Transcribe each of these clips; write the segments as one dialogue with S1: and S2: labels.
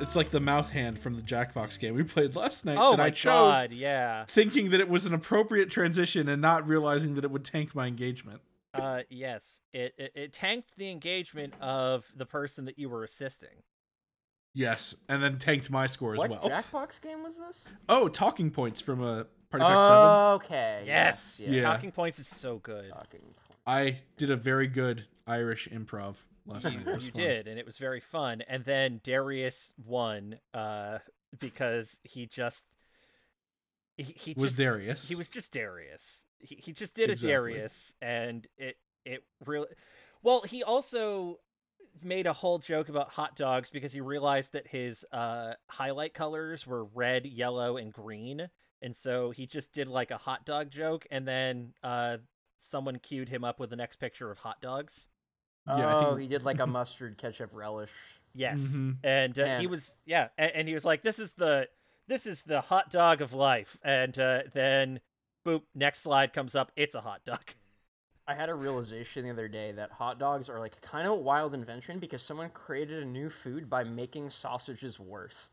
S1: It's like the mouth hand from the Jackbox game we played last night
S2: Oh
S1: that
S2: my
S1: I chose,
S2: god, yeah.
S1: thinking that it was an appropriate transition and not realizing that it would tank my engagement.
S2: Uh, yes, it, it it tanked the engagement of the person that you were assisting.
S1: Yes, and then tanked my score as
S3: what
S1: well.
S3: Jackbox game was this?
S1: Oh, talking points from a Party Pack
S2: Uh,
S1: Seven.
S3: Okay.
S2: Yes,
S3: yes. Uh,
S1: Yeah.
S2: Talking Points is so good.
S3: Talking point.
S1: I did a very good Irish improv last night. It was
S2: you
S1: fun.
S2: did, and it was very fun. And then Darius won, uh, because he just he, he
S1: Was
S2: just,
S1: Darius?
S2: He was just Darius. He, he just did
S1: Exactly.
S2: a Darius, and it it really well. He also made a whole joke about hot dogs because he realized that his uh, highlight colors were red, yellow, and green, and so he just did like a hot dog joke, and then uh, someone queued him up with the next picture of hot dogs.
S1: Yeah, I
S3: oh,
S1: think-
S3: he did like a mustard ketchup relish.
S2: Yes,
S1: Mhm.
S2: and uh, he
S3: Man.
S2: was yeah, and, and he was like, "This is the this is the hot dog of life," and uh, then boop, next slide comes up, it's a hot dog.
S3: I had a realization the other day that hot dogs are like kind of a wild invention because someone created a new food by making sausages worse.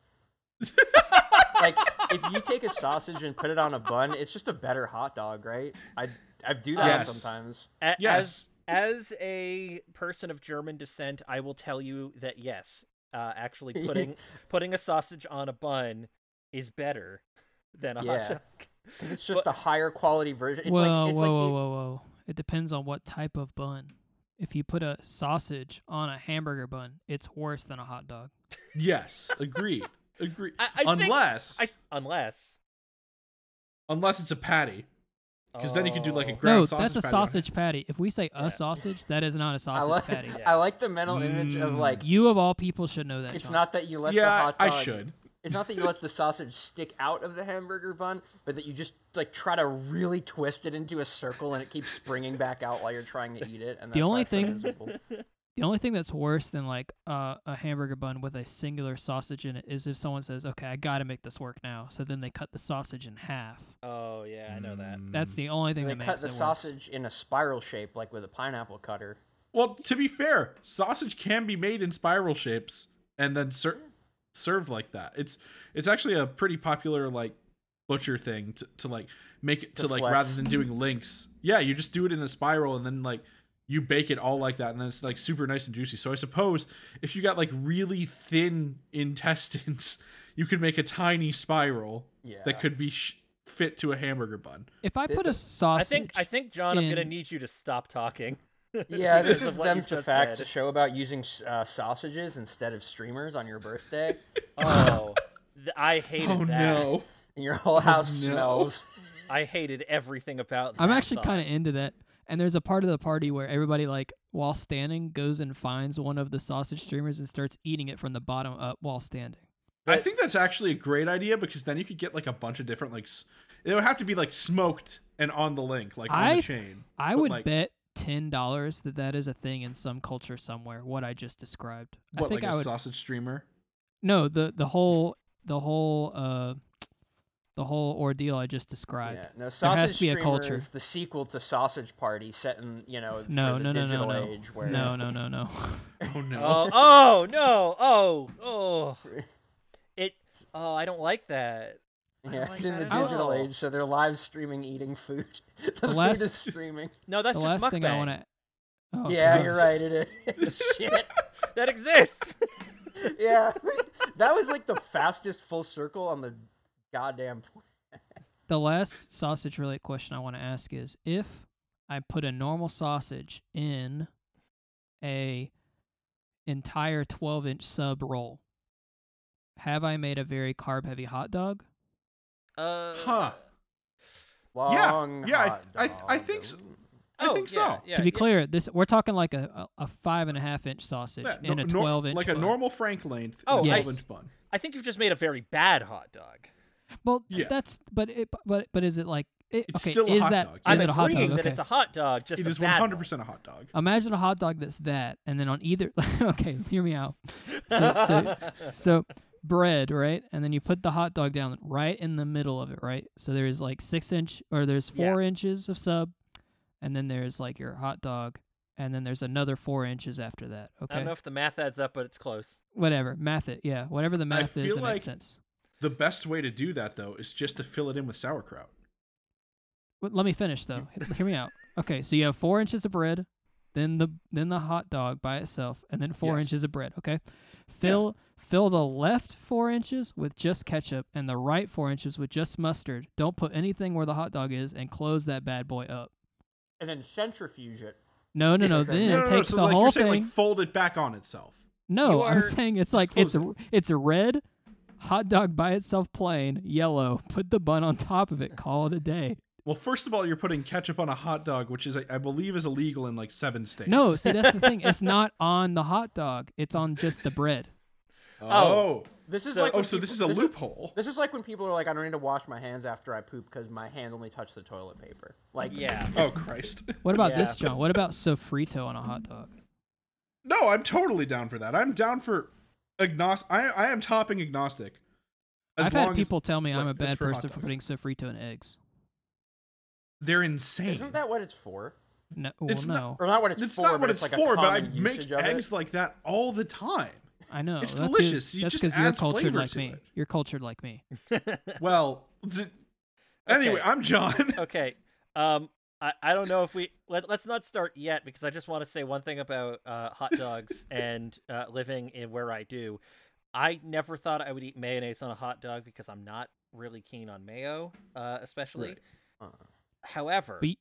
S3: like if you take a sausage and put it on a bun, it's just a better hot dog, right? I I do that
S1: Yes.
S3: sometimes.
S2: A-
S1: Yes.
S2: As as a person of German descent, I will tell you that yes, uh, actually putting putting a sausage on a bun is better than a hot
S3: Yeah.
S2: dog.
S3: 'Cause It's just a higher quality version. It's
S4: whoa,
S3: like it's
S4: whoa,
S3: like
S4: whoa,
S3: the-
S4: whoa, whoa! It depends on what type of bun. If you put a sausage on a hamburger bun, it's worse than a hot dog.
S1: Yes, agreed. Agreed.
S2: I- I think-
S1: unless
S2: I, unless
S1: unless it's a patty, because then you could do like a
S2: Oh.
S1: ground
S4: no,
S1: sausage.
S4: that's a
S1: patty on it.
S4: sausage patty. If we say
S2: Yeah.
S4: a sausage, that is not a
S3: I
S4: sausage
S3: like
S4: patty.
S2: Yeah.
S3: I like the mental image of
S1: Mm.
S3: like
S4: You of all people should know that.
S3: it's
S4: John.
S3: not that you let the
S1: Yeah,
S3: hot
S1: I
S3: dog
S1: I should.
S3: It's not that you let the sausage stick out of the hamburger bun, but that you just like try to really twist it into a circle and it keeps springing back out while you're trying to eat it. And that's
S4: The only
S3: why it's so
S4: thing-
S3: miserable.
S4: The only thing that's worse than like uh, a hamburger bun with a singular sausage in it is if someone says, "Okay, I got to make this work now," so then they cut the sausage in half.
S2: Oh yeah, I know
S1: Mm.
S2: that.
S4: That's the only thing
S3: they
S4: that
S3: cut
S4: makes
S3: the
S4: it worse.
S3: sausage in a spiral shape, like with a pineapple cutter.
S1: Well, to be fair, sausage can be made in spiral shapes and then ser- served like that. It's it's actually a pretty popular like butcher thing to, to like make it to,
S3: To
S1: like
S3: flex.
S1: rather than doing links. Yeah, you just do it in a spiral and then like you bake it all like that and then it's like super nice and juicy. So I suppose if you got like really thin intestines, you could make a tiny spiral
S3: Yeah.
S1: that could be sh- fit to a hamburger bun.
S4: If I
S3: Th-
S4: put a
S2: I
S4: sausage,
S2: think I think John, I'm gonna
S4: in-
S2: need you to stop talking.
S3: Yeah,
S2: because
S3: this
S2: of
S3: is
S2: what you
S3: them's the
S2: just
S3: facts, a
S2: said.
S3: show about using s- uh, sausages instead of streamers on your birthday,
S2: Oh, th- I hated
S1: Oh
S2: that.
S1: no.
S3: and your whole house
S1: no.
S3: smells.
S2: I hated everything about that.
S4: I'm actually
S2: thought.
S4: kind of into that. And there's a part of the party where everybody, like, while standing, goes and finds one of the sausage streamers and starts eating it from the bottom up while standing.
S1: I think that's actually a great idea because then you could get like a bunch of different like s- it would have to be like smoked and on the link like on
S4: I-
S1: the chain.
S4: I
S1: But,
S4: would
S1: like,
S4: bet ten dollars that that is a thing in some culture somewhere. What I just described.
S1: what
S4: I think
S1: like
S4: I
S1: a
S4: would.
S1: sausage streamer.
S4: no, the the whole the whole uh the whole ordeal I just described.
S3: Yeah, no,
S4: There
S3: sausage
S4: has to be a
S3: Streamer
S4: culture.
S3: is the sequel to Sausage Party, set in you know for
S4: No,
S3: the
S4: no, no, no,
S3: digital
S4: no,
S3: age where
S4: no, no, no, no.
S1: Oh no.
S2: Oh, oh no! Oh, oh! It. Oh, I don't like that. I don't
S3: Yeah,
S2: like
S3: it's in the
S2: that at all.
S3: digital age, so they're live streaming eating food. the food
S4: last-
S3: is streaming.
S2: No, that's
S4: the
S2: just mukbang.
S4: last thing I want to. Oh,
S3: yeah,
S4: God.
S3: you're right. It is. Shit.
S2: That exists.
S3: Yeah. that was like the fastest full circle on the goddamn.
S4: The last sausage related question I want to ask is if I put a normal sausage in a entire 12 inch sub roll, have I made a very carb heavy hot dog?
S2: Uh,
S1: huh.
S3: Long
S1: yeah, I-
S3: hot
S1: I- I
S3: dog.
S1: think so. I
S2: oh,
S1: think
S2: yeah,
S1: so.
S2: yeah,
S4: to be
S2: yeah.
S4: clear, this we're talking like a, a, a five and a half inch sausage
S1: Yeah,
S4: in
S1: no-
S4: a
S1: nor-
S4: 12 inch.
S1: like a
S4: bun.
S1: normal frank length
S2: Oh,
S1: oh,
S4: Yes.
S1: 12 inch bun.
S2: I think you've just made a very bad hot dog.
S4: Well,
S1: Yeah.
S4: that's but it but but is it like it,
S1: It's
S4: okay?
S1: still a
S4: is
S1: hot
S4: that
S1: dog.
S4: is
S2: I'm
S4: it a hot
S2: agreeing
S4: dog?
S2: that
S4: Okay.
S2: it's a hot dog. Just
S1: It
S2: a
S1: is
S2: bad
S1: 100% a hot dog.
S4: Imagine a hot dog that's that, and then on either. okay, hear me out. So, so, so bread, right? And then you put the hot dog down right in the middle of it, right? So there's like six inch, or there's
S2: Yeah.
S4: four inches of sub, and then there's like your hot dog, and then there's another four inches after that.
S2: I don't know
S4: Okay,
S2: if the math adds up, but it's close.
S4: whatever math it. Yeah, whatever the math is,
S1: feel
S4: that
S1: like-
S4: makes sense.
S1: The best way to do that though is just to fill it in with sauerkraut.
S4: Wait, let me finish though. H- Hear me out. Okay, so you have four inches of bread, then the then the hot dog by itself, and then four
S1: Yes.
S4: inches of bread. Okay, fill fill the left four inches with just ketchup and the right four inches with just mustard. Don't put anything where the hot dog is, and close that bad boy up.
S3: and then centrifuge it.
S4: No, no, no. Then
S1: no, no, no.
S4: take
S1: So
S4: the
S1: like
S4: whole
S1: you're
S4: thing.
S1: saying, like fold it back on itself.
S4: no,
S2: You
S4: I'm
S2: are-
S4: saying it's like
S1: close
S4: it's a it's a red hot dog by itself, plain yellow. Put the bun on top of it. Call it a day.
S1: Well, first of all, you're putting ketchup on a hot dog, which is, I I believe, is illegal in like seven states.
S4: No, see that's the thing. It's not on the hot dog. It's on just the bread.
S1: Oh.
S3: This is
S2: So-
S3: like
S1: Oh,
S3: when
S1: so
S3: people-
S1: this is a loophole.
S3: This is like when people are like, I don't need to wash my hands after I poop because my hand only touched the toilet paper. Like,
S2: Yeah.
S1: Oh Christ.
S4: What about this,
S2: Yeah.
S4: John? What about sofrito on a hot dog?
S1: No, I'm totally down for that. I'm down for agnostic. I I am topping agnostic. As
S4: I've
S1: long
S4: had
S1: as
S4: people tell me I'm
S1: like,
S4: a
S1: it's
S4: bad
S1: for hot
S4: person for
S1: dogs.
S4: putting sofrito in eggs.
S1: they're insane.
S3: isn't that what it's for?
S4: No, well,
S1: It's
S4: no,
S1: not-
S3: Or not what it's,
S1: That's
S3: for?
S1: not
S3: but
S1: what
S3: it's,
S1: it's,
S3: like
S1: for,
S3: a
S1: but I
S3: common
S1: make
S3: usage of
S1: eggs
S3: it.
S1: like that all the time.
S4: I know.
S1: it's
S4: that's
S1: delicious.
S4: Just,
S1: You
S4: that's
S1: just
S4: you're
S1: add
S4: cultured
S1: flavor
S4: like
S1: to
S4: me.
S1: it.
S4: You're cultured like me.
S1: Well, d- anyway, I'm John.
S2: okay. Um, I, I don't know if we let, let's not start yet because I just want to say one thing about uh, hot dogs and uh, living in where I do. I never thought I would eat mayonnaise on a hot dog because I'm not really keen on mayo, uh, especially.
S1: Right.
S3: Uh.
S2: However,
S4: But y-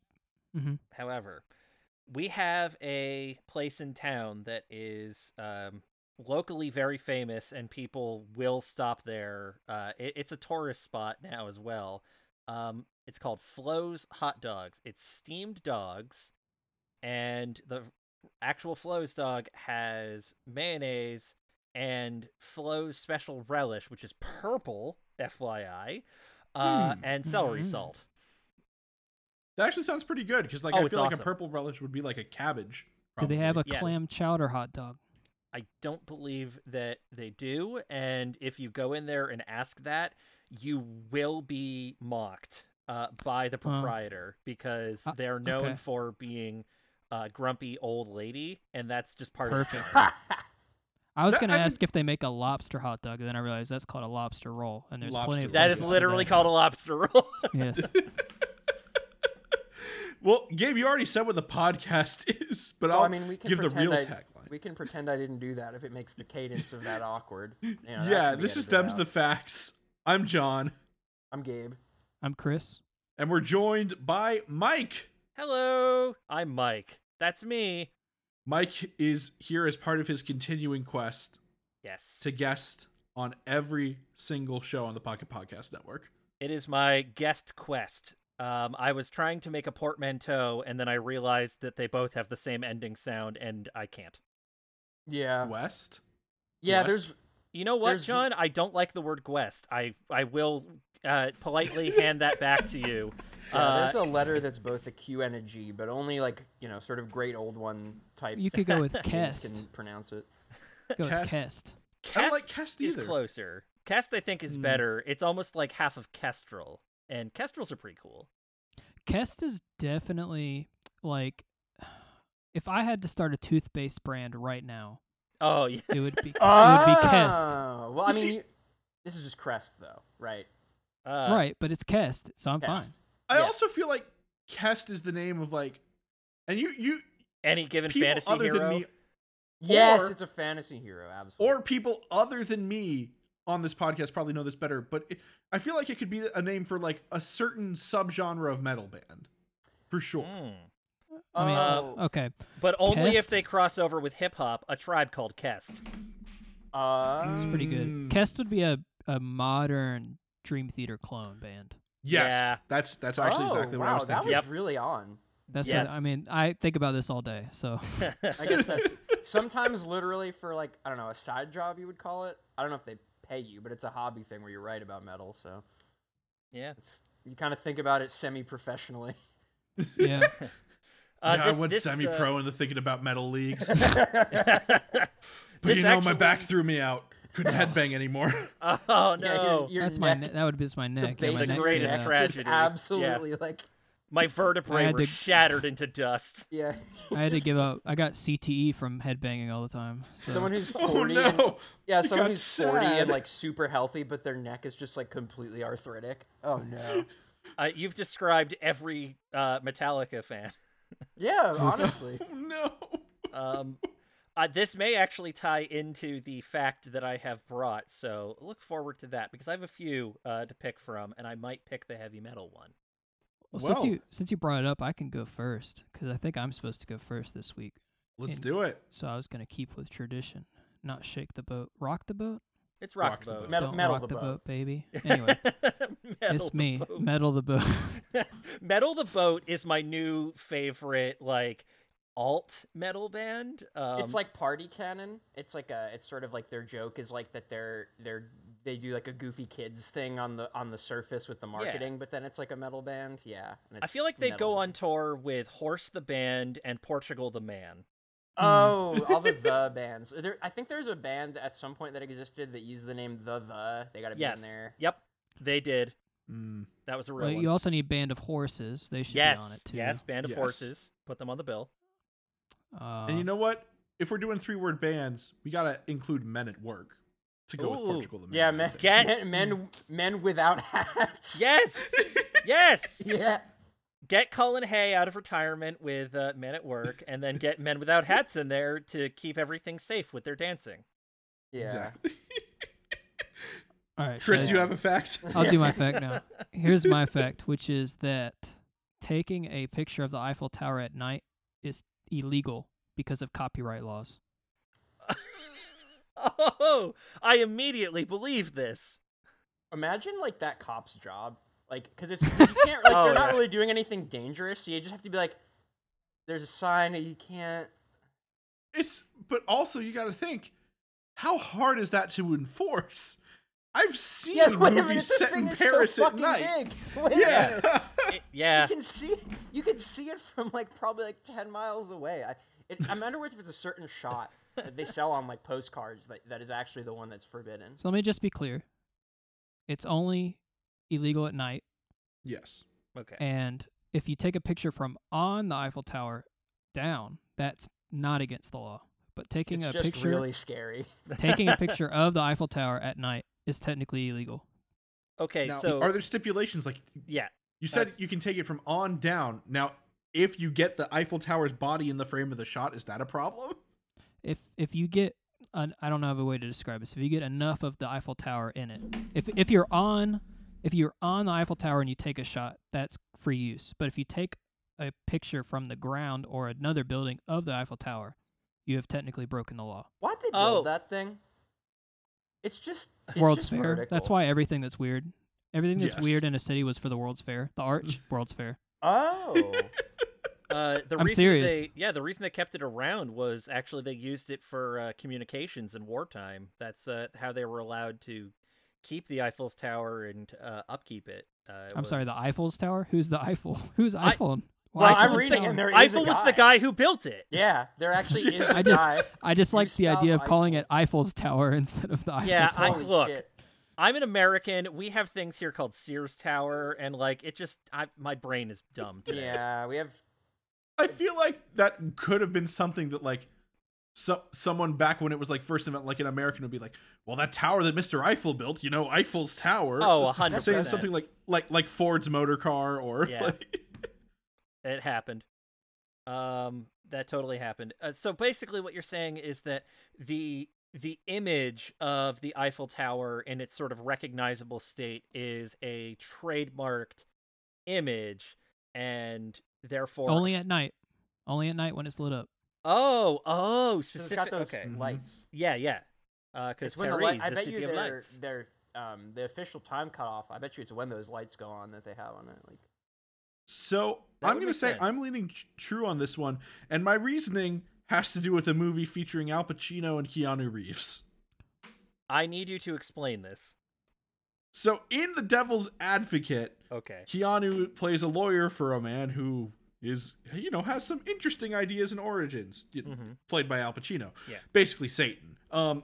S4: Mhm.
S2: however, we have a place in town that is um, locally very famous, and people will stop there. Uh, it, it's a tourist spot now as well. Um, it's called Flo's Hot Dogs. It's steamed dogs, and the actual Flo's dog has mayonnaise and Flo's special relish, which is purple, FYI, uh,
S1: Hmm.
S2: and celery
S4: Mhm.
S2: salt.
S1: That actually sounds pretty good because, like,
S2: Oh,
S1: I
S2: it's
S1: feel like a
S2: awesome.
S1: purple relish would be like a cabbage.
S4: Do they have a
S1: probably.
S2: Yeah.
S4: clam chowder hot dog?
S2: I don't believe that they do. And if you go in there and ask that, you will be mocked uh, by the proprietor because
S4: Uh,
S2: they're known
S4: okay.
S2: for being a grumpy old lady, and that's just part
S4: Perfect.
S2: of
S4: I was
S1: That-
S4: gonna
S1: I mean-
S4: ask if they make a lobster hot dog, and then I realized that's called a lobster roll, and there's plenty
S1: Lobster
S4: of
S2: it. That is
S4: places for
S2: literally
S4: that.
S2: called a lobster roll.
S4: Yes.
S1: Well, Gabe, you already said what the podcast is, but
S3: Well,
S1: I'll
S3: I mean, we can
S1: give the
S3: pretend
S1: real
S3: I,
S1: tagline.
S3: We can pretend I didn't do that if it makes the cadence of that awkward. You know, that
S1: yeah,
S3: can be
S1: this is
S3: edited
S1: them's
S3: out.
S1: the facts. I'm John,
S3: I'm Gabe.
S4: I'm Chris.
S1: and we're joined by Mike.
S2: Hello, I'm Mike. That's me.
S1: Mike is here as part of his continuing quest
S2: Yes.
S1: to guest on every single show on the Pocket Podcast Network.
S2: It is my guest quest. Um, I was trying to make a portmanteau, and then I realized that they both have the same ending sound, and I can't.
S3: Yeah.
S1: West.
S3: yeah.
S1: West?
S3: There's
S2: You know what,
S3: There's-
S2: John? I don't like the word guest. I I will uh, politely hand that back to you.
S3: yeah,
S2: Uh,
S3: there's a letter that's both a Q and a G, but only like you know, sort of great old one type.
S4: You could go with
S3: things
S4: Kest.
S3: Can pronounce it.
S4: Go with
S1: Kest.
S4: Kest.
S1: I don't
S2: Kest
S1: like Kest
S2: is
S1: either.
S2: closer. Kest, I think, is
S1: Hmm.
S2: better. It's almost like half of Kestrel, and Kestrels are pretty cool.
S4: Kest is definitely like, if I had to start a toothpaste brand right now,
S2: Oh yeah,
S4: it would be
S1: Oh.
S4: it would be Kest.
S3: Ah, Well, I
S1: You
S3: mean,
S1: see-
S3: you- this is just Crest though, right?
S2: uh,
S4: right, but it's Kest, so I'm
S3: Kest.
S4: fine.
S1: I
S2: Yeah.
S1: also feel like Kest is the name of like, and you you
S2: Any given
S1: people
S2: fantasy
S1: other
S2: hero.
S1: than me
S3: Yes,
S1: Or-
S3: it's a fantasy hero, absolutely.
S1: or people other than me on this podcast probably know this better, but it, I feel like it could be a name for like a certain subgenre of metal band, for sure.
S3: Mm,
S2: Hmm.
S4: I mean,
S3: Oh.
S4: okay,
S2: But only if
S4: Kest?
S2: they cross over with hip hop, a tribe called Kest.
S3: uh,
S4: it's pretty good.
S1: Mm.
S4: Kest would be a, a modern Dream Theater clone band.
S1: Yes,
S2: Yeah.
S1: that's that's actually
S3: oh,
S1: exactly what
S3: wow,
S1: I was
S3: that
S1: thinking.
S3: was
S2: Yep.
S3: really on.
S4: That's
S2: Yes.
S4: what, I mean. I think about this all day. So
S3: I guess that's sometimes literally for like I don't know a side job you would call it. I don't know if they pay you, but it's a hobby thing where you write about metal, so
S2: yeah.
S3: it's you kind of think about it semi-professionally.
S4: yeah,
S2: Uh,
S1: yeah,
S2: this,
S1: I went
S2: this, uh,
S1: semi-pro into thinking about metal leagues, but
S2: this
S1: you know my
S2: actually-
S1: back threw me out. Couldn't headbang anymore.
S2: Oh no.
S3: Yeah, your- your
S4: that's my
S3: neck-
S4: ne- that would be my neck.
S3: base
S4: yeah, my
S2: The
S3: of
S4: neck
S3: your
S4: did
S2: greatest
S3: neck
S4: that.
S3: just
S2: tragedy. Yeah.
S3: absolutely like
S2: My vertebrae
S4: had
S2: were
S4: to-
S2: shattered into dust.
S3: Yeah.
S4: I had to give up. I got CTE from headbanging all the time. So
S3: Someone who's
S1: Oh
S3: 40 and,
S1: no!
S3: Yeah,
S1: You
S3: someone
S1: got
S3: who's 40
S1: sad.
S3: and like super healthy, but their neck is just like completely arthritic. Oh no.
S2: Uh, you've described every uh, Metallica fan.
S3: Yeah, honestly.
S1: Oh no!
S2: Um, uh, this may actually tie into the fact that I have brought, so look forward to that because I have a few uh, to pick from, and I might pick the heavy metal one.
S4: well, since
S1: Well.
S4: you since you brought it up, I can go first because I think I'm supposed to go first this week.
S1: Let's
S4: In-
S1: do it.
S4: So I was gonna keep with tradition, not shake the boat, rock the boat,
S2: It's rock,
S1: Rock
S2: the
S1: the
S2: boat.
S3: Met-
S4: Don't
S3: metal
S4: rock
S3: the
S4: the
S3: boat.
S4: baby. Anyway,
S2: Metal
S4: it's
S2: the
S4: me,
S2: Boat.
S4: metal the boat.
S2: metal the boat is my new favorite, like alt metal band. Um,
S3: it's like party cannon. It's like a it's sort of like their joke is like that they're they're they do like a goofy kids thing on the on the surface with the marketing, but then it's like a metal band. Yeah. and
S2: I
S3: it's
S2: feel like they
S3: metal.
S2: go on tour with Horse the band and Portugal the man.
S3: Oh, all the the bands. There, I think there's a band at some point that existed that used the name the the. They got to be
S2: Yes.
S3: in there.
S2: Yep. They did.
S1: Mm.
S2: That was a real
S4: Well,
S2: one.
S4: you also need band of horses. They should be on
S2: yes.
S4: it too.
S2: Yes. Band of
S1: Yes.
S2: Horses. Put them on the bill.
S4: Uh,
S2: Uh-huh.
S1: and you know what? If we're doing three word bands, we gotta include Men at Work to go with
S2: Ooh.
S1: Portugal the Man.
S3: Yeah,
S1: I
S3: men,
S1: think.
S2: Get-
S3: men, men, men without hats.
S2: Yes. yes.
S3: Yeah.
S2: Get Cullen Hay out of retirement with uh, Men at Work, and then get Men Without Hats in there to keep everything safe with their dancing.
S3: Yeah.
S1: exactly.
S4: all right,
S1: Chris,
S4: should I-
S1: you have a fact.
S2: Uh,
S4: I'll do my fact now. Here's my fact, which is that taking a picture of the Eiffel Tower at night is illegal because of copyright laws.
S2: Oh, I immediately believe this.
S3: Imagine like that cop's job, like because it's 'cause you can't like
S2: Oh,
S3: they're not
S2: yeah.
S3: really doing anything dangerous, so you just have to be like, there's a sign that you can't.
S1: It's but also you got to think how hard is that to enforce? I've seen movies set in Paris at night.
S3: Wait a minute.
S1: Yeah.
S2: It- yeah.
S3: you can see you can see it from like probably like 10 miles away I, it, i'm underworth if it's a certain shot that they sell on like postcards that, that is actually the one that's forbidden
S4: So let me just be clear. It's only illegal at night
S1: yes.
S2: Okay.
S4: and if you take a picture from on the Eiffel Tower down, that's not against the law. But taking
S3: it's
S4: a
S3: just
S4: picture
S3: really scary
S4: taking a picture of the Eiffel Tower at night is technically illegal.
S2: Okay.
S1: now,
S2: so
S1: are there stipulations like
S2: yeah,
S1: you said
S2: That's-
S1: you can take it from on down. Now, if you get the Eiffel Tower's body in the frame of the shot, is that a problem?
S4: If if you get an, I don't know of a way to describe this. If you get enough of the Eiffel Tower in it, if if you're on if you're on the Eiffel Tower and you take a shot, that's free use. But if you take a picture from the ground or another building of the Eiffel Tower, you have technically broken the law.
S3: why'd they build
S2: Oh.
S3: that thing it's just it's
S4: World's
S3: just
S4: Fair.
S3: vertical.
S4: That's why everything that's weird, everything that's
S1: Yes.
S4: weird in a city was for the World's Fair. The Arch, World's Fair.
S3: oh
S2: uh, the
S4: I'm
S2: reason
S4: serious.
S2: they yeah the reason they kept it around was actually they used it for uh, communications in wartime. That's uh, how they were allowed to keep the Eiffel's Tower and uh, upkeep it. Uh,
S4: I'm sorry,
S2: was-
S4: the Eiffel's Tower. Who's the Eiffel? Who's
S2: I-
S4: Eiffel?
S3: Well,
S4: Why
S3: I'm
S4: is it
S3: reading
S4: down?
S3: and there is
S2: Eiffel
S3: a
S2: was the
S3: guy.
S2: guy who built it.
S3: yeah there actually is a
S4: I just-
S3: guy
S4: I just like the
S3: Gustav
S4: idea of calling it
S3: Eiffel.
S4: Eiffel's Tower instead of the Eiffel
S2: Yeah, I-
S4: Tower.
S3: Holy
S2: look,
S3: shit.
S2: I'm an American. We have things here called Sears Tower, and like it just, I, my brain is dumb. Today.
S3: yeah we have
S1: I feel like that could have been something that like so, someone back when it was like first event, like an American would be like, "Well, that tower that Mister Eiffel built, you know, Eiffel's Tower."
S2: Oh, a hundred
S1: saying
S2: percent.
S1: something like like like Ford's motor car or
S2: Yeah.
S1: like,
S2: It happened. Um, that totally happened. Uh, so basically, what you're saying is that the the image of the Eiffel Tower in its sort of recognizable state is a trademarked image, and therefore
S4: Only at night. Only at night when it's lit up.
S2: oh oh
S3: 'cause it's
S2: specific.
S3: got those
S4: Mm-hmm.
S2: okay,
S3: lights
S2: yeah, yeah. Because
S3: It's when the
S2: Paris,
S3: light. I
S2: the
S3: bet
S2: city
S3: you
S2: of
S3: their
S2: lights.
S3: their um the official time cutoff. I bet you it's when those lights go on that they have on it. Like
S1: So
S2: That
S1: I'm
S2: would
S1: gonna
S2: make
S1: say
S2: sense.
S1: I'm leaning tr- true on this one, and my reasoning has to do with a movie featuring Al Pacino and Keanu Reeves.
S2: I need you to explain this.
S1: So in The Devil's Advocate,
S2: Okay.
S1: Keanu plays a lawyer for a man who is you know has some interesting ideas and origins, you know,
S2: Mhm.
S1: played by Al Pacino.
S2: Yeah.
S1: Basically Satan. Um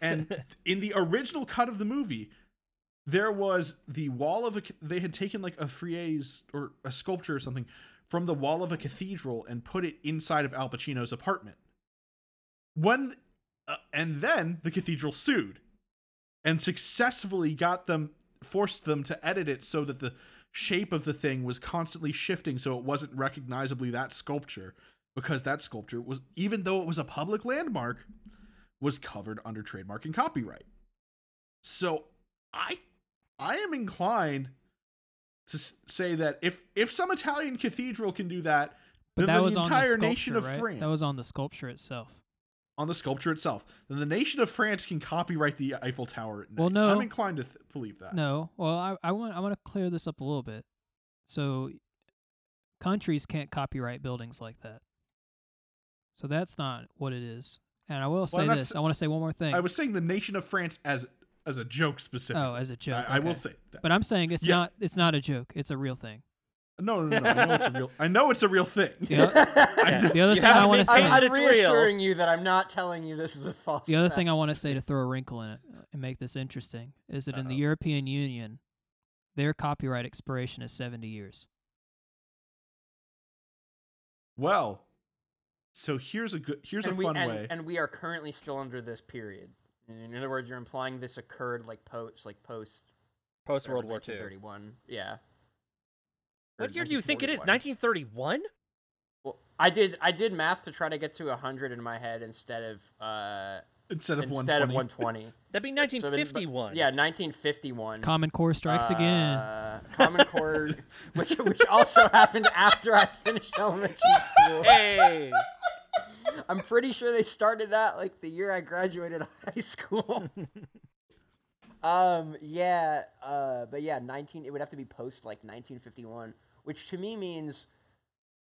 S1: and in the original cut of the movie, there was the wall of a ca- they had taken like a frieze or a sculpture or something from the wall of a cathedral and put it inside of Al Pacino's apartment. When uh, and then the cathedral sued and successfully got them forced them to edit it so that the shape of the thing was constantly shifting so it wasn't recognizably that sculpture because that sculpture was even though it was a public landmark was covered under trademark and copyright. So I I am inclined to s- say that if if some Italian cathedral can do that,
S4: But
S1: then
S4: that
S1: the
S4: was on
S1: entire
S4: the
S1: nation of
S4: sculpture, right?
S1: France
S4: That was on the sculpture itself.
S1: on the sculpture itself, then the nation of France can copyright the Eiffel Tower. At
S4: Well,
S1: night.
S4: no.
S1: I'm inclined to th- believe that.
S4: No. Well, I, I want I want to clear this up a little bit. So countries can't copyright buildings like that. So that's not what it is. And I will say
S1: I'm not
S4: this.
S1: s-
S4: I want to say one more thing.
S1: I was saying the nation of France as as a joke specifically.
S4: oh, as a joke.
S1: I, I will
S4: okay.
S1: say that.
S4: But I'm saying it's
S1: Yeah.
S4: not it's not a joke. It's a real thing.
S1: no, no, no, no. I know it's a real. I know it's a real thing.
S4: The, o-
S1: I know.
S4: the other
S1: You
S4: thing I
S1: have
S4: want
S2: me
S4: to
S2: saying
S4: say
S2: that
S3: I'm
S2: it's real.
S3: reassuring you that I'm not telling you this is a false.
S4: the other
S3: fact.
S4: thing I want to say to throw a wrinkle in it uh, and make this interesting is that in the
S2: Uh-oh.
S4: European Union, their copyright expiration is 70 years.
S1: Well, so here's a good. Here's
S3: and
S1: a
S3: we,
S1: fun
S3: and,
S1: way.
S3: and we are currently still under this period. In other words, you're implying this occurred like post, like post
S2: Post World War II.
S3: Thirty-one. Yeah. Or
S2: What year do you think it is? 1931?
S3: 1941. Well, I did. I did math to try to get to hundred in my head instead of uh,
S1: instead of
S3: instead of
S1: 120.
S3: 120.
S2: That'd be
S3: So it- but-
S2: 1951.
S3: yeah, 1951.
S1: Mm.
S4: Common Core strikes again.
S3: Uh, Common Core, which which also happened after I finished elementary school.
S2: Hey.
S3: I'm pretty sure they started that like the year I graduated high school. um, yeah, uh, but yeah, 19. It would have to be post like 1951, which to me means,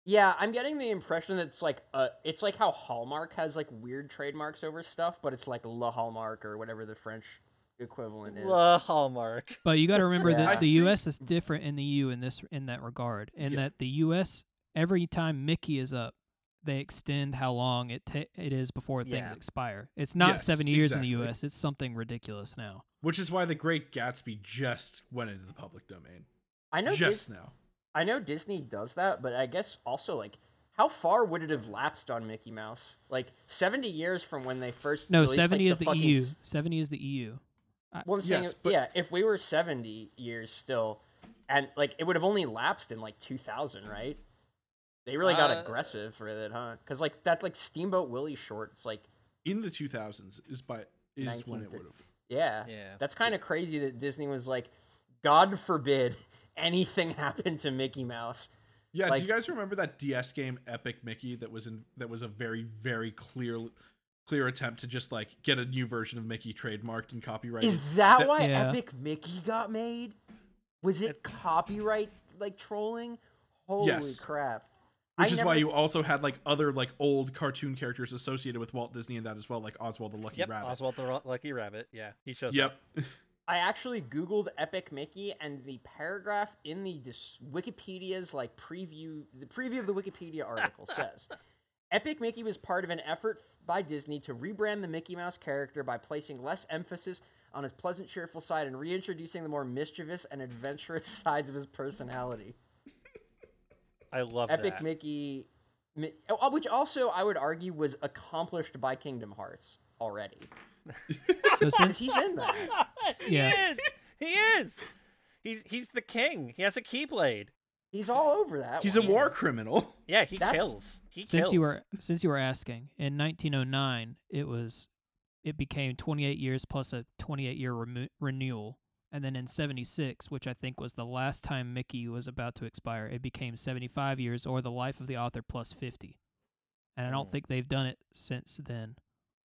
S3: yeah, I'm getting the impression that it's like uh, it's like how Hallmark has like weird trademarks over stuff, but it's like La Hallmark or whatever the French equivalent is.
S2: La Hallmark.
S4: But you got to remember
S3: Yeah.
S4: that
S1: I
S4: the
S1: think-
S4: U.S. is different in the EU in this in that regard, in
S1: Yeah.
S4: that the U.S. every time Mickey is up, they extend how long it ta- it is before things
S2: Yeah.
S4: expire. It's not
S1: Yes,
S4: seventy years in the
S1: exactly.
S4: U.S. It's something ridiculous now.
S1: Which is why the Great Gatsby just went into the public domain.
S3: I know
S1: just
S3: Dis-
S1: now.
S3: I know Disney does that, but I guess also like. How far would it have lapsed on Mickey Mouse? Like seventy years from when they first
S4: No,
S3: released, like,
S4: seventy is the, E
S3: fucking
S4: EU.
S3: s-
S4: Seventy is the EU.
S3: Well, I'm saying,
S1: Yes,
S3: it-
S1: but-
S3: yeah, if we were 70 years still, and like it would have only lapsed in like 2000, right? They really got
S2: Uh,
S3: aggressive with it, huh? Because like that, like Steamboat Willie shorts, like
S1: In the 2000s is by is when it
S3: 1930.
S1: would have.
S3: yeah,
S2: Yeah.
S3: that's kind of crazy that Disney was like, God forbid anything happened to Mickey Mouse.
S1: Yeah,
S3: Like-
S1: do you guys remember that DS game Epic Mickey that was in that was a very very clear clear attempt to just like get a new version of Mickey trademarked and copyrighted?
S3: Is that,
S1: That-
S3: why
S4: Yeah.
S3: Epic Mickey got made? Was it copyright like trolling? Holy
S1: Yes.
S3: crap!
S1: which is why
S3: never
S1: you also had like other like old cartoon characters associated with Walt Disney and that as well, like Oswald the Lucky
S2: Yep.
S1: Rabbit.
S2: Oswald the Ru- Lucky Rabbit. Yeah. He shows up.
S1: Yep.
S3: I actually Googled Epic Mickey, and the paragraph in the dis- Wikipedia's like preview, the preview of the Wikipedia article says, "Epic Mickey was part of an effort f- by Disney to rebrand the Mickey Mouse character by placing less emphasis on his pleasant, cheerful side and reintroducing the more mischievous and adventurous sides of his personality."
S2: I love
S3: Epic
S2: that.
S3: Mickey, Mi- oh, which also I would argue was accomplished by Kingdom Hearts already.
S4: So since
S3: He's in that.
S4: Yeah.
S2: He is. He is. He's he's the king. He has a keyblade.
S3: He's all over that.
S1: He's a
S3: one.
S1: war criminal.
S2: Yeah, he
S3: That's-
S2: kills. He
S4: since
S2: kills.
S4: you were since you were asking, in 1909 it was it became 28 years plus a 28 year remo- renewal, and then in 76, which I think was the last time Mickey was about to expire, it became 75 years or the life of the author plus 50. And I don't
S2: Mm.
S4: think they've done it since then.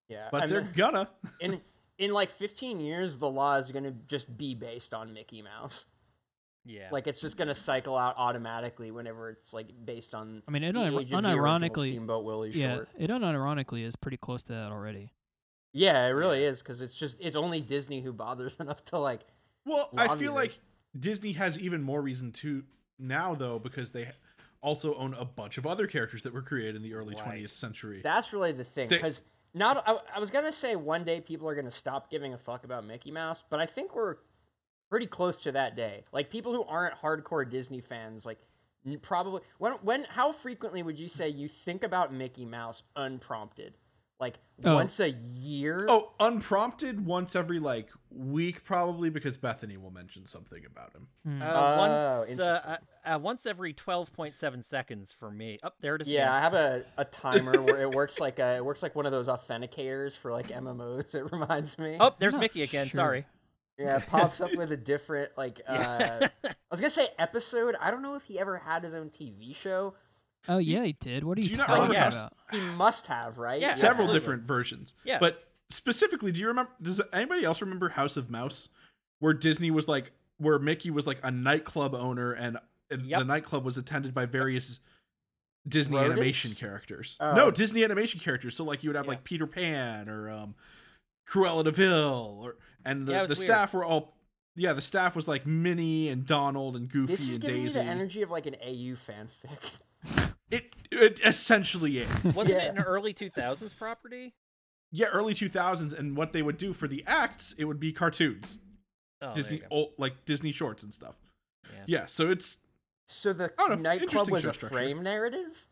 S3: Yeah,
S1: But
S3: I
S1: they're
S3: mean-
S1: gonna.
S3: in in like 15 years the law is going to just be based on mickey mouse
S2: yeah.
S3: like it's just going to cycle out automatically whenever it's like based on
S4: I mean, it
S3: the
S4: unir-
S3: age of the original
S4: unironically,
S3: steamboat willie
S4: yeah,
S3: short
S4: it unironically is pretty close to that already.
S3: yeah it really is because it's just it's only disney who bothers enough to like
S1: Well, I
S3: Laundry.
S1: feel like Disney has even more reason to now though because they also own a bunch of other characters that were created in the early
S2: Right.
S1: 20th century.
S3: that's really the thing
S1: They-
S3: because not I, I was going to say one day people are going to stop giving a fuck about mickey mouse but i think we're pretty close to that day. Like people who aren't hardcore Disney fans, like n- probably when when how frequently would you say you think about Mickey Mouse unprompted? Like
S4: Oh.
S3: once a year?
S1: Oh, unprompted once every like week probably because Bethany will mention something about him.
S4: Hmm.
S2: Uh,
S3: Oh,
S2: once, uh, uh, uh, once every twelve point seven seconds for me. Up there it is.
S3: Yeah,
S2: again.
S3: I have a, a timer where it works like a, it works like one of those authenticators for like MMOs. It reminds me.
S2: Oh, there's
S4: not
S2: Mickey again.
S4: sure.
S2: Sorry.
S3: Yeah, it pops up with a different like. Uh, I was gonna say episode. I don't know if he ever had his own TV show.
S4: Oh yeah, he did. What are
S1: do
S4: you,
S1: you not
S4: talking
S2: remember
S1: how-
S4: about?
S3: He must have, right?
S2: Yeah,
S1: Several
S2: absolutely.
S1: different versions.
S2: Yeah.
S1: But specifically, do you remember does anybody else remember House of Mouse where Disney was like where Mickey was like a nightclub owner and, and
S2: Yep.
S1: the nightclub was attended by various Disney
S3: Rodents?
S1: animation characters.
S3: Oh.
S1: No, Disney animation characters. So like you would have
S2: Yeah.
S1: like Peter Pan or um Cruella de Vil or and the,
S2: Yeah, it
S1: the
S2: was weird.
S1: staff were all yeah, the staff was like Minnie and Donald and Goofy
S3: This is
S1: and
S3: giving
S1: Daisy.
S3: me the energy of like an AU fanfic.
S1: It it essentially is.
S2: Wasn't
S3: Yeah.
S2: it an early two thousands property?
S1: yeah, early 2000s and what they would do for the acts, it would be cartoons.
S2: Oh, there
S1: Disney
S2: you go.
S1: old, like Disney shorts and stuff.
S2: Yeah.
S1: Yeah. so it's
S3: So the
S1: Oh, no,
S3: nightclub
S1: interesting
S3: was
S1: show
S3: a
S1: structure.
S3: frame narrative.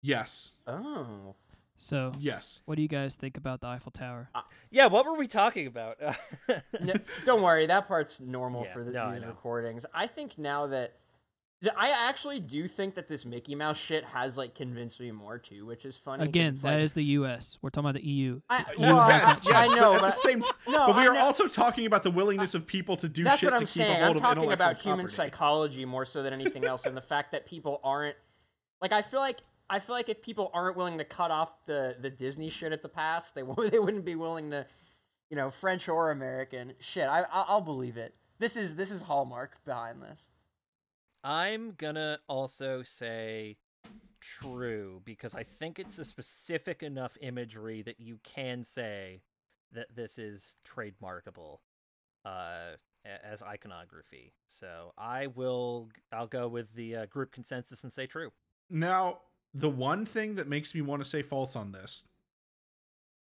S1: yes.
S3: Oh,
S4: So,
S1: Yes.
S4: what do you guys think about the Eiffel Tower?
S2: Yeah, what were we talking about?
S3: no, don't worry, that part's normal
S2: Yeah,
S3: for the,
S2: no, I
S3: these
S2: know.
S3: recordings. I think now that th- I actually do think that this Mickey Mouse shit has like convinced me more too, which is funny. 'cause
S4: Again,
S3: it's
S4: that
S3: like-
S4: is the U.S. We're talking about the E EU.
S3: I,
S4: The
S3: well,
S4: EU
S3: I-
S4: has
S1: yes,
S4: not-
S1: yes,
S3: I know,
S1: but at
S3: but
S1: the same time,
S3: No,
S1: but we
S3: I
S1: are
S3: know-
S1: also talking about the willingness of people to do
S3: that's
S1: shit
S3: what I'm
S1: to keep
S3: saying.
S1: a hold
S3: I'm
S1: of
S3: talking
S1: intellectual
S3: about
S1: property.
S3: human psychology more so than anything else, and the fact that people aren't like I feel like I feel like if people aren't willing to cut off the the Disney shit at the past, they won't they wouldn't be willing to, you know, French or American shit. I, I I'll believe it. This is this is hallmark behind this.
S2: I'm gonna also say true because I think it's a specific enough imagery that you can say that this is trademarkable uh, a- as iconography. So I will I'll go with the uh, group consensus and say true.
S1: Now, the one thing that makes me want to say false on this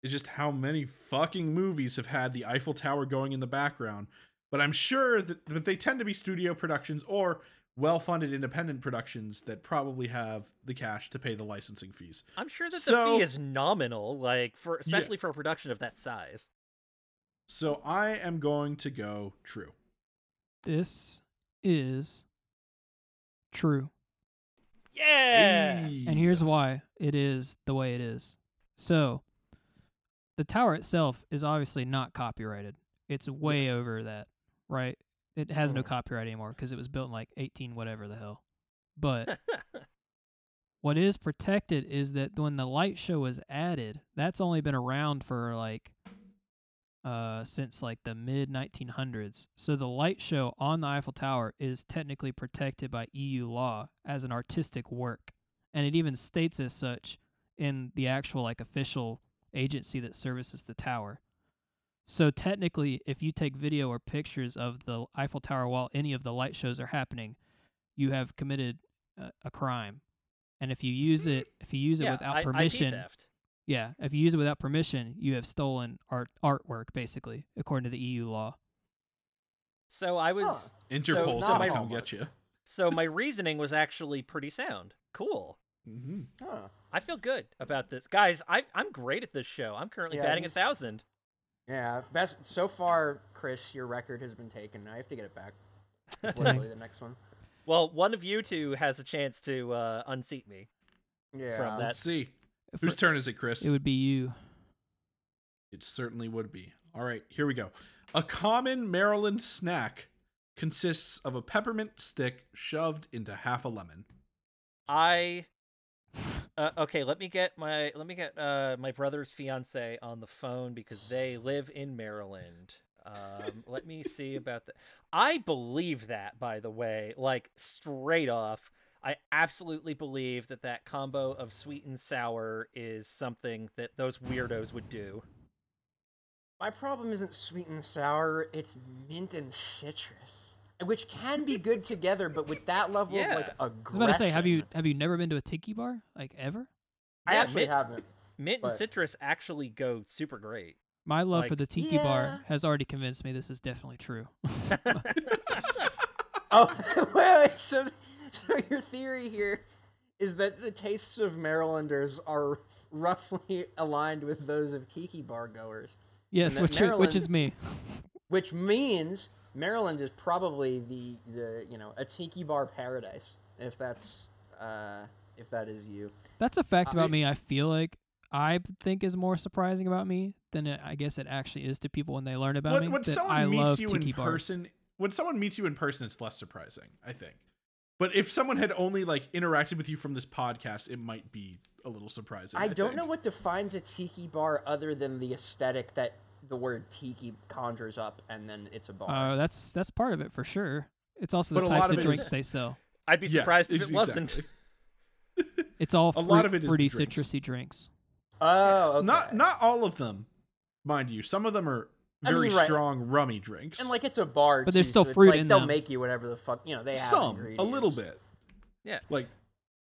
S1: is just how many fucking movies have had the Eiffel Tower going in the background. But I'm sure that, that they tend to be studio productions or well funded independent productions that probably have the cash to pay the licensing fees.
S2: I'm sure that the
S1: So-
S2: fee is nominal, like for
S1: Yeah.
S2: especially for a production of that size.
S1: So I am going to go true.
S4: This is true.
S2: Yeah.
S1: Hey.
S4: And here's why it is the way it is. So, the tower itself is obviously not copyrighted. It's way
S1: Yes.
S4: over that, right? It has no
S3: Mhm.
S4: copyright anymore because it was built in like 18 whatever the hell. But what is protected is that when the light show was added, that's only been around for like uh since like the mid 1900s. So the light show on the Eiffel Tower is technically protected by EU law as an artistic work and it even states as such in the actual like official agency that services the tower. So technically, if you take video or pictures of the Eiffel Tower while any of the light shows are happening, you have committed a, a crime. And if you use it, if you use it
S2: Yeah,
S4: without
S2: I- IP
S4: permission,
S2: theft.
S4: yeah, if you use it without permission, you have stolen art artwork, basically, according to the EU law.
S2: So I was
S3: Huh.
S1: Interpol's
S3: So-
S1: gonna
S3: No.
S1: come get you.
S2: so my reasoning was actually pretty sound. Cool.
S1: Mm-hmm.
S3: Huh.
S2: I feel good about this, guys. I I'm great at this show. I'm currently
S3: Yeah,
S2: batting a
S3: he's-
S2: thousand.
S3: Yeah, best so far, Chris. Your record has been taken. I have to get it back. It's literally the next one.
S2: Well, one of you two has a chance to uh, unseat me.
S3: Yeah.
S2: From that-
S1: Let's see.
S4: If
S1: Whose
S4: we're-
S1: turn is it, Chris?
S4: It would be you.
S1: It certainly would be. All right, here we go. A common Maryland snack consists of a peppermint stick shoved into half a lemon.
S2: I uh, okay. Let me get my let me get uh, my brother's fiance on the phone because they live in Maryland. Um, let me see about that. I believe that, by the way, like straight off. I absolutely believe that that combo of sweet and sour is something that those weirdos would do.
S3: My problem isn't sweet and sour, it's mint and citrus. Which can be good together, but with that level of like
S2: Yeah.
S3: aggression.
S4: I was about to say, have you have you never been to a tiki bar, like ever?
S3: I
S2: Yeah,
S3: actually
S2: mint-
S3: haven't.
S2: Mint and
S3: But-
S2: citrus actually go super great.
S4: My love for
S2: Like,
S4: the tiki bar
S3: "Yeah."
S4: has already convinced me this is definitely true.
S3: Oh, wait, so, so your theory here is that the tastes of Marylanders are roughly aligned with those of tiki bar goers,
S4: yes,
S3: that
S4: which i- which
S3: Maryland-
S4: is me.
S3: which means Maryland is probably the the you know a tiki bar paradise if that's uh if that is you.
S4: That's a fact about
S3: I-
S4: me. I feel like I think is more surprising about me than it, I guess it actually is to people when they learn about me.
S1: When, when
S4: that
S1: someone
S4: I love
S1: meets you
S4: tiki
S1: in
S4: bars.
S1: person, when someone meets you in person, it's less surprising, I think. But if someone had only like interacted with you from this podcast, it might be a little surprising.
S3: I don't know
S1: think.
S3: what defines a tiki bar other than the aesthetic that the word tiki conjures up, and then it's a bar.
S4: Uh, that's that's part of it for sure. It's also
S1: But a
S4: the
S1: lot
S4: types
S1: of
S4: of
S1: it
S4: drinks
S1: is-
S4: they sell.
S2: I'd be
S1: Yeah,
S2: surprised if
S1: ex-
S2: it wasn't.
S1: exactly.
S4: It's all
S1: A lot
S4: fruit-
S1: of it is
S4: fruity,
S1: drinks.
S4: citrusy drinks.
S3: oh, okay.
S1: Not not all of them, mind you. Some of them are
S3: I mean,
S1: very
S3: right.
S1: strong rummy drinks.
S3: And like it's a bar,
S4: But there's
S3: too,
S4: still
S3: so it's
S4: fruit
S3: like
S4: in
S3: they'll
S4: them.
S3: make you whatever the fuck you know. They have
S1: some, a little
S3: ingredients.
S1: bit.
S2: Yeah.
S1: Like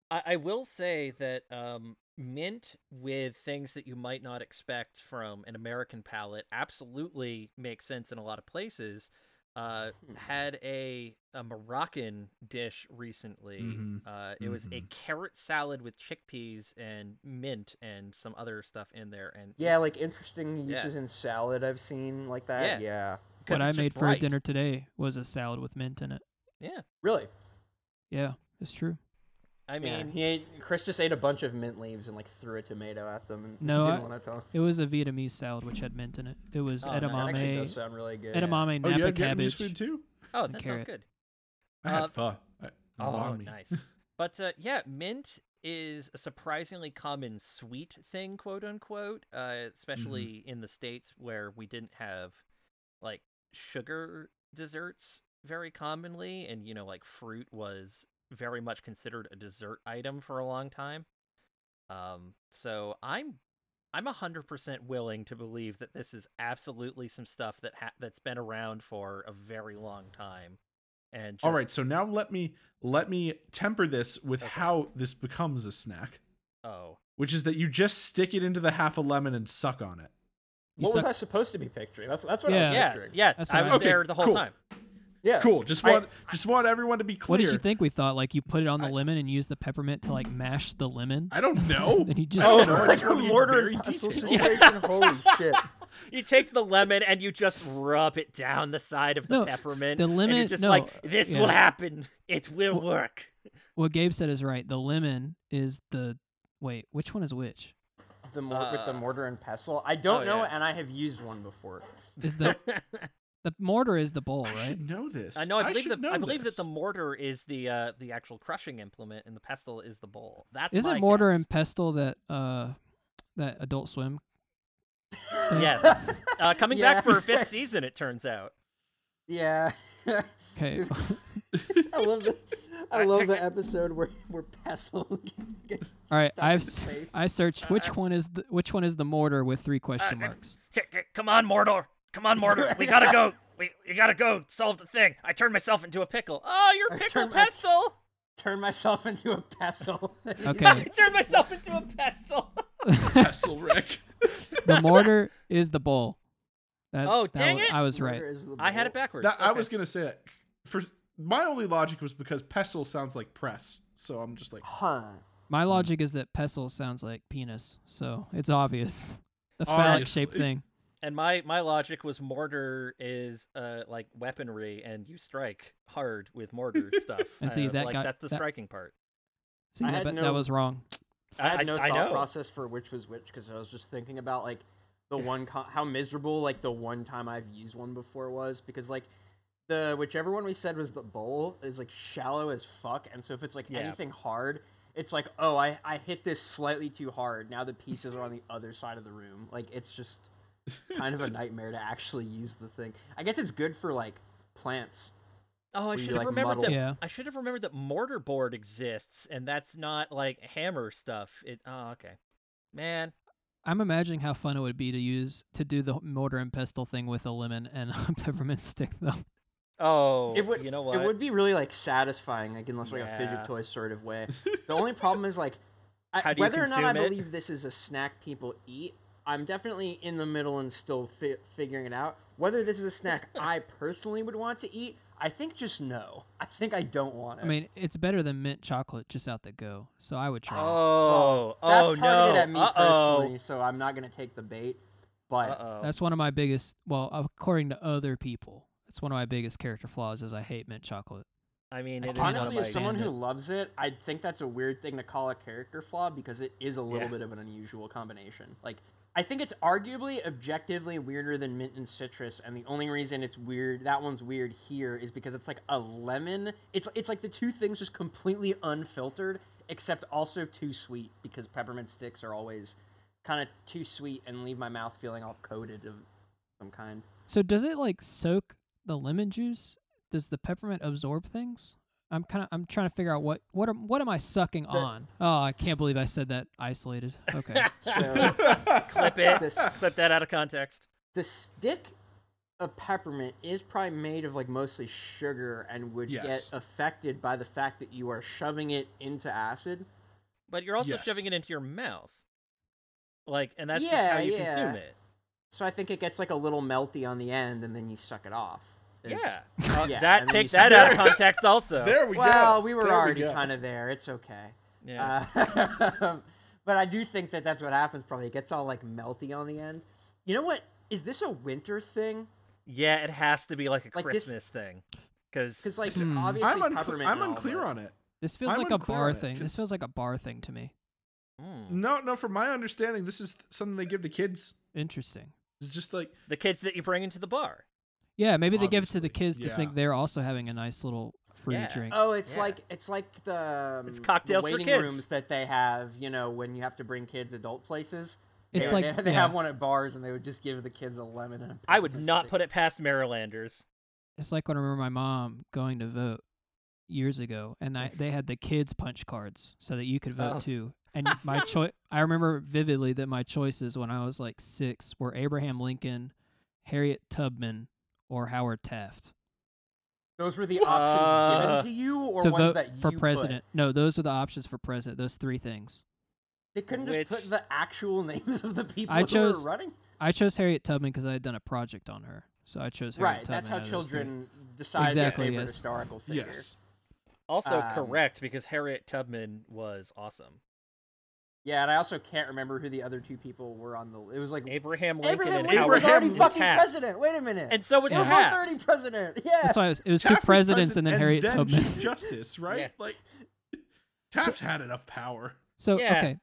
S2: I, I will say that um, mint with things that you might not expect from an American palate absolutely makes sense in a lot of places. Uh,
S3: Hmm.
S2: had a, a Moroccan dish recently.
S4: Mm-hmm.
S1: Mhm.
S2: Uh, it was a
S1: Mhm.
S2: carrot salad with chickpeas and mint and some other stuff in there. And
S3: Yeah,
S2: it's-
S3: like interesting
S2: yeah.
S3: uses in salad I've seen like that. Yeah,
S2: Yeah. 'cause
S4: What I
S2: it's just
S4: made for
S2: bright.
S4: dinner today was a salad with mint in it.
S2: Yeah,
S3: really.
S4: Yeah, it's true.
S2: I
S3: Yeah.
S2: mean,
S3: he ate, Chris just ate a bunch of mint leaves and like threw a tomato at them and
S4: No,
S3: didn't
S4: I-
S3: want to tell. us.
S4: It was a Vietnamese salad which had mint in it. It was
S2: Oh, nice.
S3: That actually
S4: edamame,
S3: does sound really good. yeah.
S4: edamame,
S1: oh,
S4: napa
S1: you had Vietnamese
S4: cabbage.
S1: food too.
S2: oh,
S4: and
S2: that sounds
S4: carrot.
S2: good.
S1: I had
S2: Uh,
S1: pho. I-
S2: Oh,
S1: mommy.
S2: nice. But uh, yeah, mint is a surprisingly common sweet thing, quote unquote, uh, especially
S1: Mm-hmm.
S2: in the states where we didn't have like sugar desserts very commonly, and you know, like fruit was very much considered a dessert item for a long time. Um, so I'm. I'm 100% willing to believe that this is absolutely some stuff that ha- that's been around for a very long time. And just
S1: All right, so now let me let me temper this with how this becomes a snack,
S2: oh,
S1: which is that you just stick it into the half a lemon and suck on it.
S4: You
S3: What was
S4: suck-
S3: I supposed to be picturing? That's that's what I
S4: Yeah.
S3: was
S2: yeah,
S3: picturing.
S2: yeah.
S4: That's
S2: I
S4: what
S2: was
S4: I-
S1: Okay,
S2: there the whole
S1: cool.
S2: time.
S3: yeah.
S1: Cool. Just
S3: I-
S1: want just want everyone to be clear.
S4: What did you think we thought? Like you put it on the
S1: I-
S4: lemon and use the peppermint to like mash the lemon?
S1: I don't know.
S4: And you just-
S1: I
S3: Oh,
S1: don't know. I
S3: like
S1: just
S3: a
S1: wanna be
S3: mortar
S1: very
S3: and pestle
S1: detailed.
S3: situation. Holy shit!
S2: You take the lemon and you just rub it down the side of the
S4: No,
S2: peppermint.
S4: the
S2: and
S4: lemon-
S2: you're just
S4: no,
S2: like this
S4: yeah.
S2: will happen. It will work.
S4: What Gabe said is right. The lemon is the wait. Which one is which?
S3: The mor- with the
S2: Uh,
S3: mortar and pestle. I don't
S2: oh,
S3: know,
S2: yeah.
S3: and I have used one before.
S4: Is the the mortar is the bowl,
S1: I
S4: right?
S1: should know this.
S2: I know. I believe
S1: should
S2: that
S1: know
S2: I believe
S1: this.
S2: that the mortar is the uh, the actual crushing implement, and the pestle is the bowl. That's
S4: Isn't
S2: my
S4: mortar
S2: guess.
S4: and pestle that uh that Adult Swim?
S2: yes, uh, coming
S3: Yeah.
S2: back for a fifth season. It turns out.
S3: Yeah.
S4: Okay,
S3: I love the I love the episode where where Pestle gets
S4: all right.
S3: stuck in
S4: I've
S3: the Uh,
S4: s-
S3: face.
S4: I searched which one is the which one is the mortar with
S3: Uh,
S4: three question marks.
S2: K- k- Come on, Mordor. Come on, Mordor. We gotta go. We you gotta go solve the thing. I turned myself into a pickle. Oh, you're
S3: I
S2: pickle
S3: turned my-
S2: pestle.
S3: turned myself into a pestle.
S2: I
S4: Okay,
S2: turned myself into a pestle.
S1: Pestle Rick.
S4: the mortar is the bowl. That,
S2: Oh,
S4: that
S2: dang
S4: was-
S2: it!
S4: I was right.
S3: Murder is the
S2: I had it
S3: ball.
S2: backwards.
S1: That- I
S2: Okay.
S1: was gonna say that. For my only logic was because pestle sounds like press, so I'm just like,
S3: Huh. Hmm.
S4: My logic is that pestle sounds like penis, so it's obvious. The phallic shaped
S1: Obviously.
S4: thing.
S2: And my my logic was mortar is uh like weaponry, and you strike hard with mortar stuff.
S4: And
S2: I
S4: see,
S2: was
S4: that
S2: like
S4: got-
S2: that's the
S4: that-
S2: striking part.
S4: See,
S3: I
S4: that,
S3: had
S4: but
S3: no-
S4: that was wrong.
S3: I had
S2: I-
S3: no
S2: I
S3: thought
S2: know.
S3: process for which was which because I was just thinking about like the one con- how miserable like the one time I've used one before was because like the whichever one we said was the bowl is like shallow as fuck and so if it's like
S2: Yeah.
S3: anything hard it's like oh I I hit this slightly too hard now the pieces are on the other side of the room like it's just kind of a nightmare to actually use the thing I guess it's good for like plants
S2: Oh, I
S3: Where you,
S2: should have
S3: like,
S2: remembered
S3: muddle-
S2: that.
S4: Yeah.
S2: I should have remembered that mortar board exists, and that's not like hammer stuff. It. Oh, okay. Man,
S4: I'm imagining how fun it would be to use to do the mortar and pestle thing with a lemon and a peppermint stick, though.
S2: oh,
S3: it would
S2: you know what?
S3: it would be really like satisfying like in like a
S2: Yeah.
S3: fidget toy sort of way the only problem is like I,
S2: How do you
S3: whether or not i
S2: consume it?
S3: believe this is a snack people eat I'm definitely in the middle and still fi- figuring it out. Whether this is a snack I personally would want to eat, I think just no. I think I don't want it.
S4: I mean, it's better than mint chocolate just out the go. So I would try. it.
S2: Oh,
S3: that's
S2: oh no.
S3: targeted at me
S2: Uh-oh.
S3: personally, so I'm not gonna take the bait. But
S2: Uh-oh.
S4: That's one of my biggest. Well, according to other people, it's one of my biggest character flaws is I hate mint chocolate.
S2: I mean,
S4: I
S2: it is one of
S3: honestly,
S2: my
S3: as someone who
S4: it.
S3: loves it, I think that's a weird thing to call a character flaw because it is a little
S2: Yeah.
S3: bit of an unusual combination. Like, I think it's arguably objectively weirder than mint and citrus, and the only reason it's weird that one's weird here is because it's like a lemon. It's it's like the two things just completely unfiltered, except also too sweet because peppermint sticks are always kind of too sweet and leave my mouth feeling all coated of some kind.
S4: So does it like soak the lemon juice? Does the peppermint absorb things? I'm kind of I'm trying to figure out what what am, what am I sucking on? Oh, I can't believe I said that isolated. Okay.
S3: So
S2: clip it.
S3: this-
S2: Clip that out of context.
S3: the stick of peppermint is probably made of like mostly sugar and would
S1: Yes.
S3: get affected by the fact that you are shoving it into acid.
S2: But you're also
S1: Yes.
S2: shoving it into your mouth. Like, and that's just
S3: Yeah,
S2: how you
S3: yeah.
S2: consume it.
S3: So I think it gets like a little melty on the end and then you suck it off. Is-
S2: Yeah. Uh,
S3: Yeah,
S2: that
S3: and then you
S2: take
S3: suck
S2: that
S3: it
S2: out of
S1: off.
S2: context also.
S1: There we go.
S3: Well, we were
S1: There
S3: already
S1: go.
S3: kind of there. It's okay.
S2: yeah.
S3: Uh, but I do think that that's what happens probably. It gets all like melty on the end. You know what? Is this a winter thing?
S2: yeah, it has to be like a
S3: Like this-
S2: Christmas thing. Because
S3: Because like
S4: Hmm.
S3: obviously
S1: I'm, uncle-
S3: peppermint.
S1: I'm unclear on it.
S4: This feels
S1: I'm
S4: like a
S1: unclear
S4: bar
S1: on it,
S4: thing. This
S1: just-
S4: feels like a bar thing to me.
S2: Hmm.
S1: No, no. From my understanding, this is something they give to kids.
S4: Interesting.
S1: It's just like
S2: the kids that you bring into the bar.
S4: Yeah, maybe they give it to the
S1: Obviously,
S4: kids to
S1: yeah.
S4: think they're also having a nice little fruity
S2: Yeah.
S4: drink.
S3: Oh, it's
S2: Yeah.
S3: like it's like the um,
S2: It's
S3: the
S2: cocktails for
S3: waiting
S2: kids.
S3: rooms that they have. You know, when you have to bring kids adult places.
S4: it's
S3: they,
S4: like
S3: they, they
S4: yeah,
S3: have one at bars, and they would just give the kids a lemon. And a
S2: I would
S3: peppermint
S2: not
S3: stick.
S2: put it past Marylanders.
S4: It's like when I remember my mom going to vote years ago, and I, they had the kids punch cards so that you could vote
S2: Oh.
S4: too. And my choice, I remember vividly that my choices when I was like six were Abraham Lincoln, Harriet Tubman, or Howard Taft
S3: Those were the options
S2: Uh,
S3: given to you, or
S4: to
S3: ones
S4: vote
S3: that you
S4: for
S3: put?
S4: president. No, those were the options for president. Those three things.
S3: They couldn't just
S2: Which-
S3: put the actual names of the people
S4: I
S3: who
S4: chose
S3: were running.
S4: I chose Harriet Tubman because I had done a project on her, so I chose Harriet
S3: Right,
S4: Tubman.
S3: that's how
S4: out of those three.
S3: children decide
S4: Exactly,
S3: their favorite
S4: yes.
S3: historical figure.
S1: yes.
S2: Also
S3: Um,
S2: correct because Harriet Tubman was awesome.
S3: Yeah, and I also can't remember who the other two people were on the. It was like
S2: Abraham Lincoln
S3: Abraham
S2: and
S3: Lincoln
S2: Howard
S3: was already
S2: Taft.
S3: fucking president. Wait a minute,
S2: And so was
S4: Yeah.
S3: World War
S2: Taft.
S3: Thirty president. Yeah,
S4: That's why it was, it was two
S1: Taft was
S4: presidents and
S1: president
S4: then Harriet Tubman.
S1: Chief Justice, right?
S2: Yeah.
S1: Like Taft had enough power.
S4: So
S2: Yeah.
S4: okay,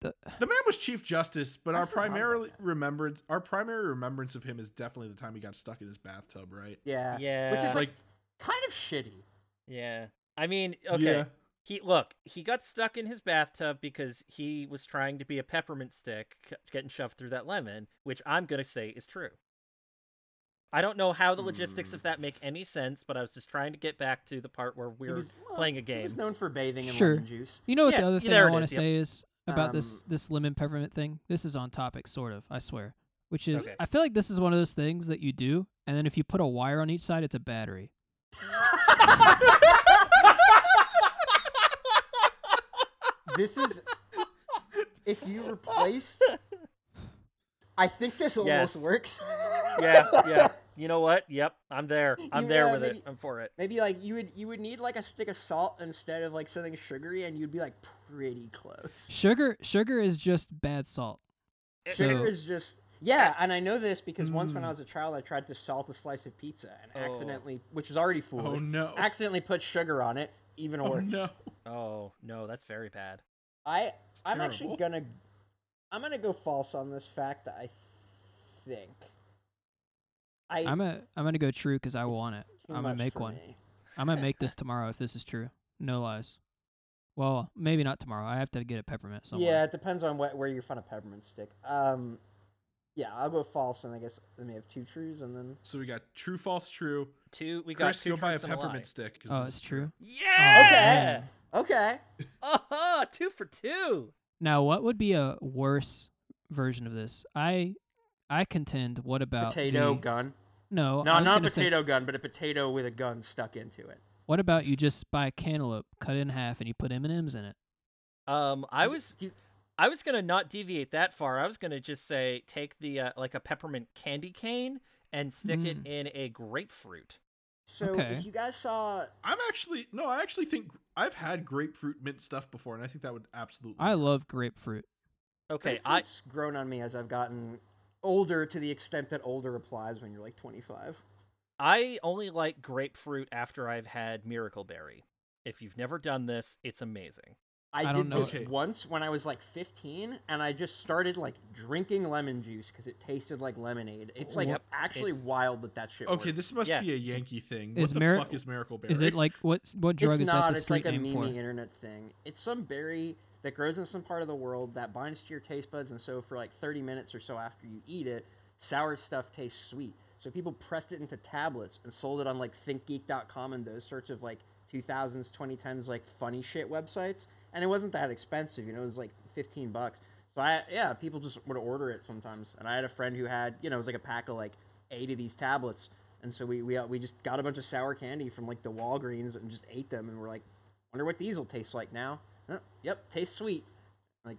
S1: The man was Chief Justice, but
S3: I
S1: our
S3: forgot about
S1: primarily
S3: that.
S1: remembrance, our primary remembrance of him is definitely the time he got stuck in his bathtub, right?
S3: yeah,
S2: Yeah.
S3: which is like
S1: Like-
S3: kind of shitty.
S2: Yeah. I mean, okay. He look, he got stuck in his bathtub because he was trying to be a peppermint stick c- getting shoved through that lemon, which I'm going to say is true. I don't know how the logistics of that make any sense, but I was just trying to get back to the part where we
S3: Mm. He
S2: were
S3: was- well,
S2: playing a
S3: He
S2: game.
S3: was known for bathing in
S4: Sure.
S3: lemon juice.
S4: You know what
S2: Yeah,
S4: the other
S2: y-
S4: thing
S2: there
S4: I
S2: it
S4: want to
S2: is, yep.
S4: say is about this
S3: Um,
S4: this lemon peppermint thing. This is on topic, sort of. I swear. Which is,
S2: Okay.
S4: I feel like this is one of those things that you do, and then if you put a wire on each side, it's a battery.
S3: this is if you replaced I think this almost
S2: Yes.
S3: works.
S2: yeah, yeah. You know what? Yep, I'm there. I'm
S3: You-
S2: there
S3: yeah,
S2: with it.
S3: maybe-
S2: I'm for it.
S3: Maybe like you would you would need like a stick of salt instead of like something sugary and you'd be like pretty close.
S4: Sugar, sugar is just bad salt.
S3: Sugar
S2: Eh,
S4: So- Mm.
S3: is just yeah, and I know this because once when I was a child I tried to salt a slice of pizza and
S2: Oh.
S3: accidentally which is already foolish.
S1: Oh no.
S3: Accidentally put sugar on it, even
S1: Oh
S3: worse.
S1: no.
S2: Oh, no, that's very bad.
S3: I
S1: It's
S3: I'm
S1: terrible.
S3: actually gonna I'm gonna go false on this fact. I think I
S4: I'm a, I'm gonna go true because I
S3: It's
S4: want it.
S3: too
S4: I'm gonna
S3: much
S4: make
S3: for
S4: one.
S3: me.
S4: I'm gonna make this tomorrow if this is true. No lies. Well, maybe not tomorrow. I have to get a peppermint somewhere.
S3: Yeah, it depends on what, where you find a peppermint stick. Um, yeah, I'll go false, and I guess then we have two trues, and then
S1: So we got true, false, true.
S2: Two, we got
S1: Chris,
S2: two
S1: go buy a
S2: truths and
S1: peppermint oh,
S2: lie.
S1: stick. 'cause
S4: Oh,
S1: this
S4: it's
S1: is-
S4: true. Oh,
S2: Yeah.
S3: okay,
S2: Oh, two for two.
S4: Now, what would be a worse version of this? I, I contend. What about
S3: potato
S4: the-
S3: gun.
S4: No, I
S3: No,
S4: was
S3: not a
S4: gonna say-
S3: potato gun, but a potato with a gun stuck into it.
S4: What about you just buy a cantaloupe, cut it in half, and you put M and M's in it?
S2: Um, I was
S3: Do-
S2: I was gonna not deviate that far. I was gonna just say take the uh, like a peppermint candy cane and stick it
S4: Mm.
S2: in a grapefruit.
S3: So
S4: Okay.
S3: if you guys saw,
S1: I'm actually no, I actually think I've had grapefruit mint stuff before, and I think that would absolutely.
S4: I
S1: work.
S4: love grapefruit.
S2: Okay, I
S3: it's grown on me as I've gotten older to the extent that older applies when you're like 25.
S2: I only like grapefruit after I've had miracle berry. If you've never done this, it's amazing.
S3: I,
S4: I
S3: did
S4: don't know
S3: this
S1: Okay.
S3: once when I was like 15, and I just started like drinking lemon juice because it tasted like lemonade. It's like
S2: Yep,
S3: actually
S2: it's-
S3: wild that that shit.
S1: Okay,
S3: worked.
S1: this must
S2: Yeah.
S1: be a Yankee thing.
S4: Is
S1: what the
S4: Mar-
S1: fuck is Miracle Berry?
S4: Is it like what? What drug
S3: it's
S4: is
S3: not.
S4: that? The
S3: it's like
S4: street
S3: a
S4: name for?
S3: meme internet thing. It's some berry that grows in some part of the world that binds to your taste buds, and so for like 30 minutes or so after you eat it, sour stuff tastes sweet. So people pressed it into tablets and sold it on like ThinkGeek.com and those sorts of like 2000s, 2010s like funny shit websites. And it wasn't that expensive, you know. It was like 15 bucks. So I yeah, people just would order it sometimes. And I had a friend who had you know it was like a pack of like eight of these tablets. And so we we, uh, we just got a bunch of sour candy from like the Walgreens and just ate them. And we're like, wonder what these will taste like now. Uh, yep, tastes sweet. Like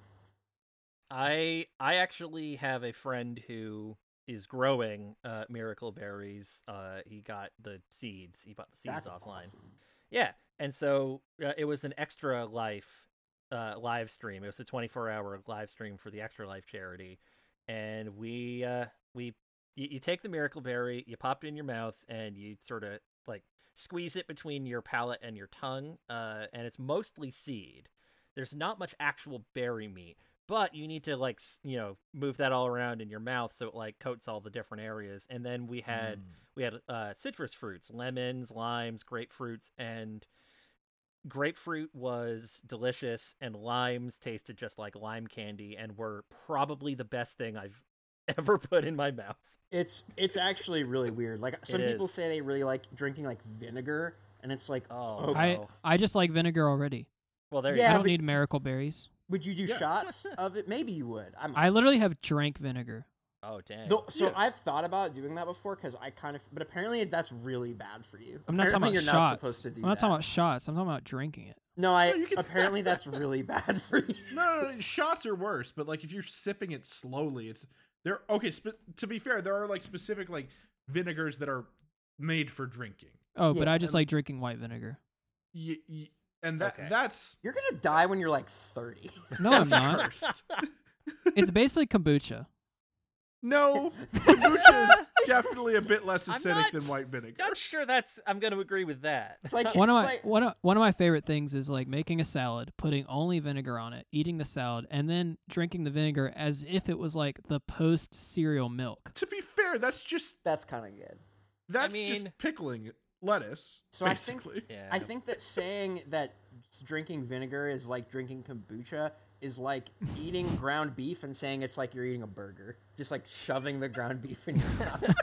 S2: I I actually have a friend who is growing uh, miracle berries. Uh, he got the seeds. He bought the seeds
S3: that's
S2: offline.
S3: awesome.
S2: Yeah, and so uh, it was an extra life uh, live stream. It was a 24 hour live stream for the Extra Life charity, and we uh, we you, you take the miracle berry, you pop it in your mouth, and you sort of like squeeze it between your palate and your tongue, uh, and it's mostly seed. There's not much actual berry meat, but you need to like s- you know move that all around in your mouth so it like coats all the different areas. And then we had
S1: Hmm.
S2: we had uh, citrus fruits lemons limes grapefruits and grapefruit was delicious and limes tasted just like lime candy and were probably the best thing i've ever put in my mouth
S3: It's it's actually really weird. Like some people
S2: is.
S3: say they really like drinking like vinegar, and it's like,
S2: Oh,
S3: okay.
S4: I
S2: no.
S4: I just like vinegar already.
S2: well there
S3: Yeah,
S4: I
S2: you
S4: don't
S3: but-
S4: need miracle berries.
S3: would you do
S1: Yeah.
S3: shots of it? Maybe you would. I'm,
S4: I literally have drank vinegar.
S2: go oh dang
S3: Though- so
S1: Yeah.
S3: I've thought about doing that before because I kind of, but apparently that's really bad for you.
S4: I'm not talking
S3: Apparently
S4: about
S3: you're
S4: shots.
S3: not supposed to do
S4: I'm not
S3: that.
S4: talking about shots. I'm talking about drinking it.
S3: No, I.
S1: No, you can-
S3: Apparently that's really bad for you.
S1: no, no, no, shots are worse. But like if you're sipping it slowly, it's there. Okay, sp- to be fair, there are like specific like vinegars that are made for drinking.
S4: Oh, but
S3: Yeah,
S4: I just
S1: um,
S4: like drinking white vinegar.
S1: Y- y- and that
S2: Okay.
S1: that's
S3: You're gonna die when you're like 30.
S4: No, I'm
S1: that's
S4: not.
S1: cursed.
S4: it's basically kombucha.
S1: No, kombucha is definitely a bit less
S2: I'm
S1: acidic
S2: not-
S1: than white vinegar.
S2: not sure that's i'm gonna agree with that
S3: It's like
S4: One of
S3: it's
S4: my
S3: like,
S4: one of, one of my favorite things is like making a salad, putting only vinegar on it, eating the salad, and then drinking the vinegar as if it was like the post cereal milk.
S1: To be fair, that's just
S3: that's kind of good.
S1: that's
S2: mean-
S1: just pickling lettuce.
S3: So I think-
S1: basically.
S2: yeah
S3: I think that saying that s- drinking vinegar is like drinking kombucha is like eating ground beef and saying it's like you're eating a burger, just like shoving the ground beef in your mouth.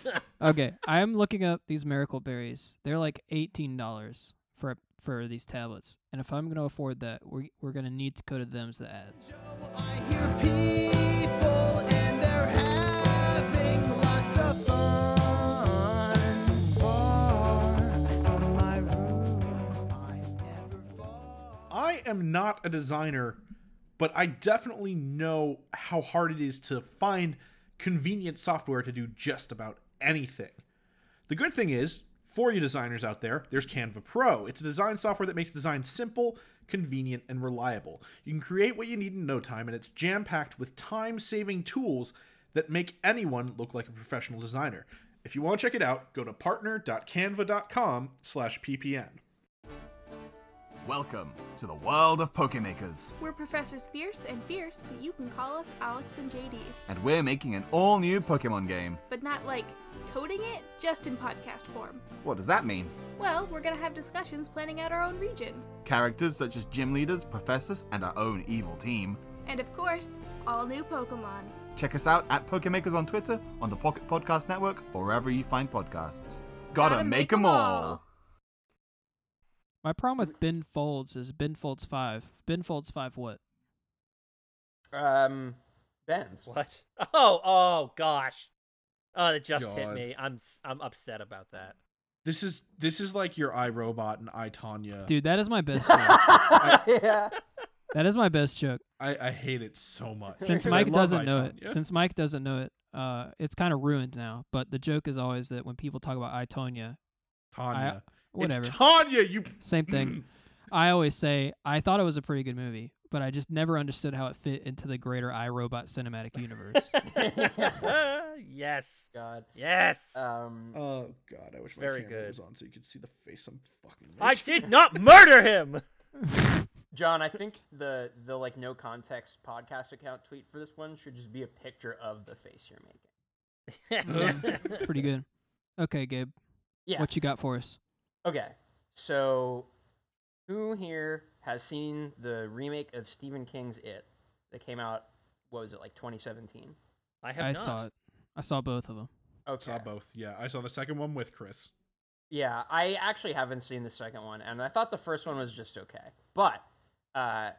S4: Okay, I am looking up these miracle berries. They're like eighteen dollars for for these tablets, and if I'm gonna afford that, we're we're gonna need to go to them's the ads.
S5: I hear people and they're having lots of fun. Far from my room, I never fall.
S1: I am not a designer, but I definitely know how hard it is to find convenient software to do just about anything. The good thing is, for you designers out there, there's Canva Pro. It's a design software that makes design simple, convenient, and reliable. You can create what you need in no time, and it's jam packed with time saving tools that make anyone look like a professional designer. If you want to check it out, go to partner.canva.com slash ppn.
S6: Welcome to the world of Pokemakers,
S7: We're Professors Fierce and Fierce, but you can call us Alex and JD.
S6: and we're making an all new Pokemon game.
S7: But not like coding it, just in podcast form.
S6: What does that mean?
S7: Well, we're gonna have discussions planning out our own region.
S6: Characters such as gym leaders, professors, and our own evil team.
S7: And of course, all new Pokemon.
S6: Check us out at Pokemakers on Twitter, on the Pocket Podcast Network, or wherever you find podcasts. Gotta, 'em make 'em all.
S4: My problem with Ben Folds is Ben Folds five. Ben Folds five what?
S3: Um, Ben's.
S2: what oh oh gosh oh it just hit
S1: God.
S2: me i'm s- i'm upset about that
S1: This is
S3: Uh.
S1: this is like your iRobot and I Tanya.
S4: Dude, that is my best friend.
S3: yeah.
S4: That is my best joke.
S1: I, I hate it so much.
S4: Since
S1: because I
S4: Mike
S1: love
S4: doesn't know it,
S1: iTunes.
S4: since Mike doesn't know it, uh, it's kind of ruined now. But the joke is always that when people talk about Itonia,
S1: Tanya.
S4: whatever,
S1: It's Tanya, you
S4: same thing. I always say I thought it was a pretty good movie, but I just never understood how it fit into the greater iRobot cinematic universe.
S2: yes.
S3: God.
S2: Yes.
S3: Um,
S1: Oh god, I wish
S2: my very camera good. was
S1: on so you could see the face I'm fucking
S2: I did not murder him.
S3: John, I think the the like no context podcast account tweet for this one should just be a picture of the face you're making.
S4: pretty good. Okay, Gabe,
S3: Yeah.
S4: what you got for us?
S3: Okay. So, who here has seen the remake of Stephen King's It that came out? What was it like 2017?
S2: I have
S4: I
S2: not.
S4: saw it. I saw both of them.
S1: I
S3: Okay.
S1: saw both. Yeah, I saw the second one with Chris.
S3: Yeah, I actually haven't seen the second one, and I thought the first one was just okay. But uh,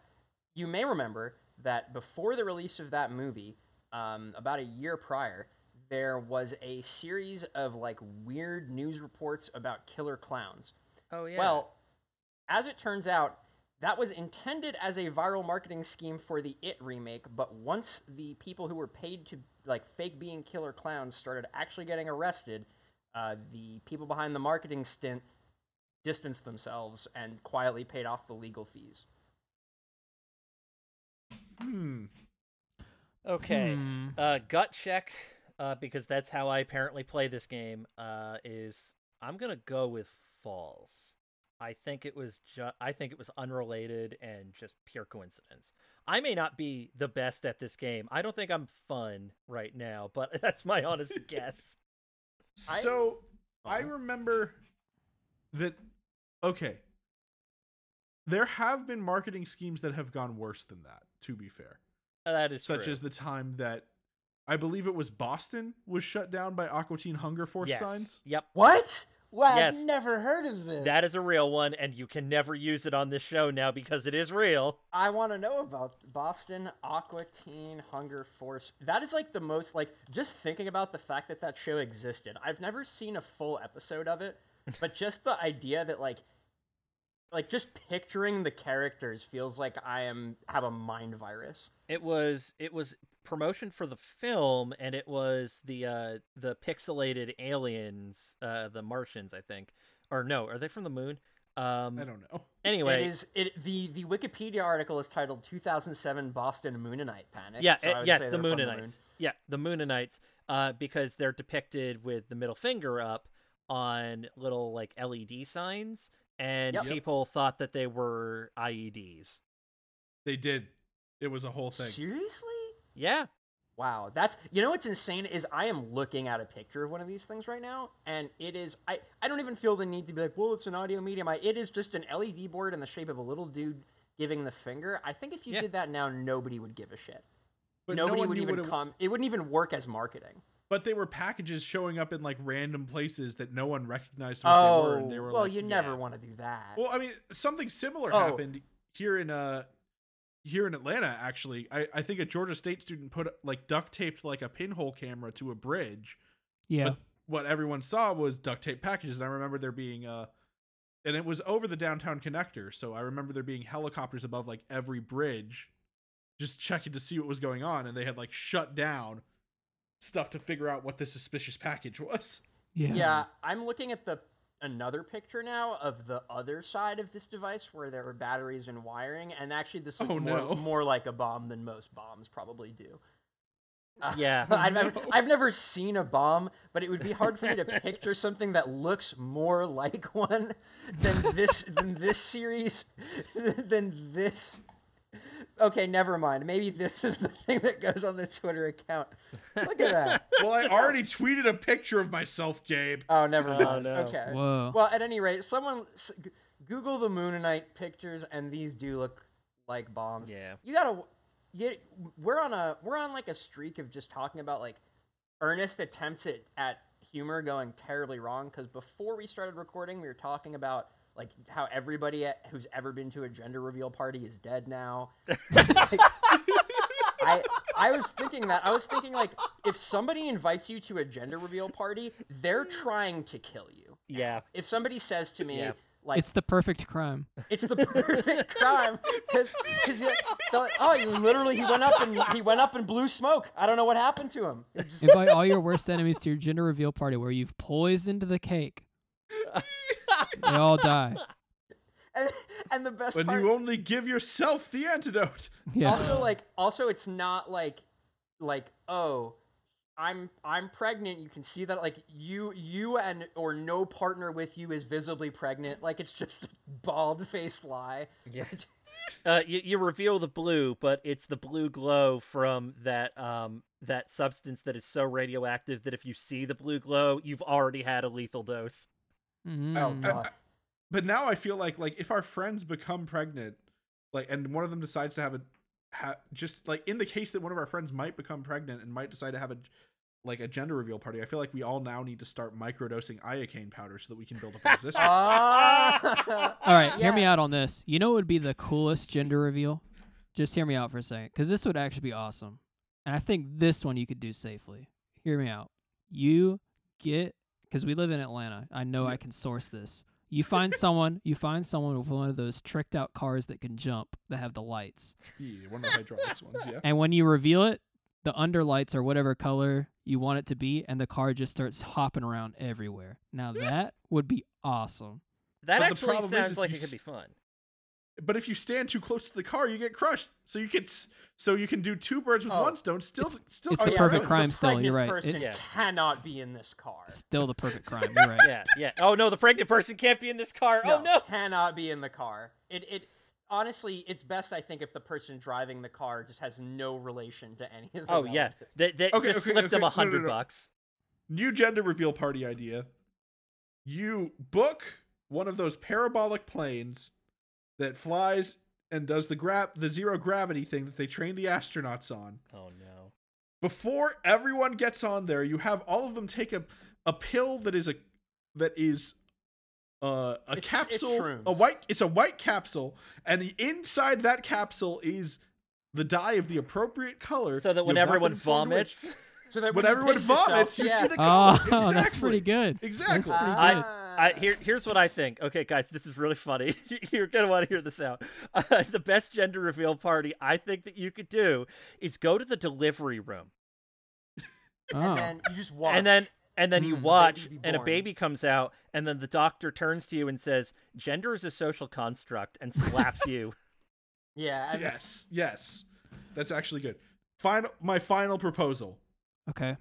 S3: you may remember that before the release of that movie, um, about a year prior, there was a series of like weird news reports about killer clowns.
S2: Oh yeah.
S3: Well, as it turns out, that was intended as a viral marketing scheme for the It remake, but once the people who were paid to like fake being killer clowns started actually getting arrested, uh, the people behind the marketing stint distanced themselves and quietly paid off the legal fees.
S1: Hmm.
S2: okay.
S4: Hmm.
S2: Uh, gut check, uh, because that's how I apparently play this game. Uh, is I'm gonna go with false. I think it was ju- I think it was unrelated and just pure coincidence. I may not be the best at this game. I don't think I'm fun right now, but that's my honest guess.
S3: I-
S1: So I
S3: Uh-huh.
S1: remember that okay. There have been marketing schemes that have gone worse than that, to be fair.
S2: That is
S1: Such
S2: true.
S1: as the time that I believe it was Boston was shut down by Aqua Teen Hunger Force
S2: yes.
S1: signs.
S2: Yep.
S3: What? Wow,
S2: I've Yes.
S3: never heard of this.
S2: That is a real one, and you can never use it on this show now because it is real.
S3: I want to know about Boston Aqua Teen Hunger Force. That is like the most like just thinking about the fact that that show existed. I've never seen a full episode of it, but just the idea that like like just picturing the characters feels like I am have a mind virus.
S2: It was it was promotion for the film, and it was the uh the pixelated aliens, uh the Martians, I think, or no, are they from the moon? Um,
S1: I don't know.
S2: Anyway,
S3: it is it the the Wikipedia article is titled 2007 Boston Moonanite Panic.
S2: yeah,
S3: so
S2: it-
S3: I would
S2: yes,
S3: say
S2: the
S3: they're from moon.
S2: Moonanites. Yeah, the Moonanites, uh, because they're depicted with the middle finger up on little like LED signs, and
S3: Yep. Yep.
S2: people thought that they were E IEDs.
S1: They did. It was a whole thing.
S3: Seriously?
S2: Yeah,
S3: Wow, that's you know what's insane is I am looking at a picture of one of these things right now, and it is I I don't even feel the need to be like, well, it's an audio medium. I, it is just an LED board in the shape of a little dude giving the finger. I think if you
S2: Yeah.
S3: did that now, nobody would give a shit.
S1: But no
S3: nobody
S1: one
S3: would
S1: knew
S3: even
S1: what it,
S3: come. It wouldn't even work as marketing.
S1: But they were packages showing up in like random places that no one recognized what they were,
S3: Oh,
S1: and they were
S3: well,
S1: like,
S3: you never
S2: yeah.
S3: want to do that.
S1: well, I mean, something similar
S3: Oh.
S1: happened here in uh here in Atlanta. Actually, I I think a Georgia State student put like duct taped like a pinhole camera to a bridge.
S4: Yeah.
S1: But what everyone saw was duct tape packages, and I remember there being uh and it was over the downtown connector, so I remember there being helicopters above like every bridge, just checking to see what was going on, and they had like shut down stuff to figure out what this suspicious package was.
S4: yeah.
S3: yeah, I'm looking at the another picture now of the other side of this device where there were batteries and wiring, and actually this looks
S1: Oh,
S3: more,
S1: no.
S3: more like a bomb than most bombs probably do. Uh,
S2: Yeah.
S3: I've, never, I've never seen a bomb, but it would be hard for me to picture something that looks more like one than this than this series than this. Okay, never mind. Maybe this is the thing that goes on the Twitter account. Look at that.
S1: Well, I already tweeted a picture of myself, Gabe.
S3: Oh, never mind.
S2: no.
S3: Okay.
S4: Whoa.
S3: Well, at any rate, someone s- g- Google the Moonanite pictures, and these do look like bombs.
S2: Yeah.
S3: you gotta. You, we're on a we're on like a streak of just talking about like earnest attempts at, at humor going terribly wrong. Because before we started recording, we were talking about like how everybody at, who's ever been to a gender reveal party is dead now. I I was thinking that I was thinking like if somebody invites you to a gender reveal party, they're trying to kill you
S2: yeah.
S3: if somebody says to me
S2: Yeah.
S3: Like
S4: it's the perfect crime.
S3: It's the perfect crime because because oh he literally he went up and he went up and blew smoke. I don't know what happened to him. It just-
S4: Invite all your worst enemies to your gender reveal party where you've poisoned the cake. They all die.
S3: and, and the best
S1: When
S3: part
S1: you only give yourself the antidote.
S4: Yeah.
S3: also like also it's not like like oh I'm I'm pregnant. You can see that like you you and or no partner with you is visibly pregnant. Like it's just a bald faced lie.
S2: Yeah. uh, you, you reveal the blue, but it's the blue glow from that um that substance that is so radioactive that if you see the blue glow, you've already had a lethal dose.
S3: Oh
S4: Mm.
S3: god.
S1: But now I feel like like if our friends become pregnant, like and one of them decides to have a ha- just like in the case that one of our friends might become pregnant and might decide to have a like a gender reveal party, I feel like we all now need to start microdosing iocane powder so that we can build up resistance.
S3: Uh. Ah!
S4: All right, hear me
S3: Yeah.
S4: out on this. You know what would be the coolest gender reveal? Just hear me out for a second, because this would actually be awesome. And I think this one you could do safely. Hear me out. You get, because we live in Atlanta. I know I can source this. You find someone. You find someone with one of those tricked out cars that can jump, that have the lights.
S1: yeah, one of the hydraulics ones, yeah.
S4: And when you reveal it, the underlights are whatever color you want it to be, and the car just starts hopping around everywhere. Now that would be awesome.
S2: That
S1: But the
S2: actually
S1: problem is
S2: sounds
S1: if
S2: like
S1: you
S2: it could
S1: s-
S2: be fun.
S1: But if you stand too close to the car, you get crushed. So you could s- so you can do two birds with
S3: Oh,
S1: one stone. Still, still,
S4: it's
S3: Oh,
S4: the
S3: yeah,
S4: perfect
S3: the
S4: crime still, you're
S3: pregnant
S4: right.
S3: Person
S4: It's-
S2: Yeah.
S3: cannot be in this car.
S4: Still the perfect crime. You're right.
S2: Yeah, yeah. Oh no, the pregnant person can't be in this car. oh no.
S3: cannot be in the car. It it honestly, it's best I think if the person driving the car just has no relation to any of the.
S2: Oh yeah,
S3: relatives.
S2: they, they
S1: Okay,
S2: just
S1: okay,
S2: slipped them
S1: okay. No, no,
S2: a hundred
S1: no.
S2: bucks.
S1: new gender reveal party idea. You book one of those parabolic planes that flies and does the gra- the zero gravity thing that they train the astronauts on.
S2: Oh no.
S1: Before everyone gets on there, you have all of them take a a pill that is a that is uh, a
S3: It's- it's
S1: capsule, a
S3: shrooms.
S1: white it's a white capsule, and the- inside that capsule is the dye of the appropriate color.
S2: So
S1: You
S2: that
S1: have
S2: when
S1: not
S2: everyone
S1: been informed which-
S2: vomits,
S3: So that
S1: when
S3: you
S1: everyone
S3: piss yourself-
S1: vomits, you
S3: yeah.
S1: see the
S4: Oh,
S1: color. Exactly.
S4: that's pretty good. That's
S1: Exactly.
S4: pretty
S3: Ah.
S4: good.
S2: I here here's what I think. Okay, guys, this is really funny. You're gonna want to hear this out. Uh, the best gender reveal party I think that you could do is go to the delivery room,
S4: Oh.
S3: and then you just watch.
S2: and then and then you
S4: Mm.
S2: watch,
S3: Baby be
S2: and a
S3: born.
S2: baby comes out, and then the doctor turns to you and says, "Gender is a social construct," and slaps you.
S3: yeah, and
S1: Yes, yes. That's actually good. Final my final proposal.
S4: okay.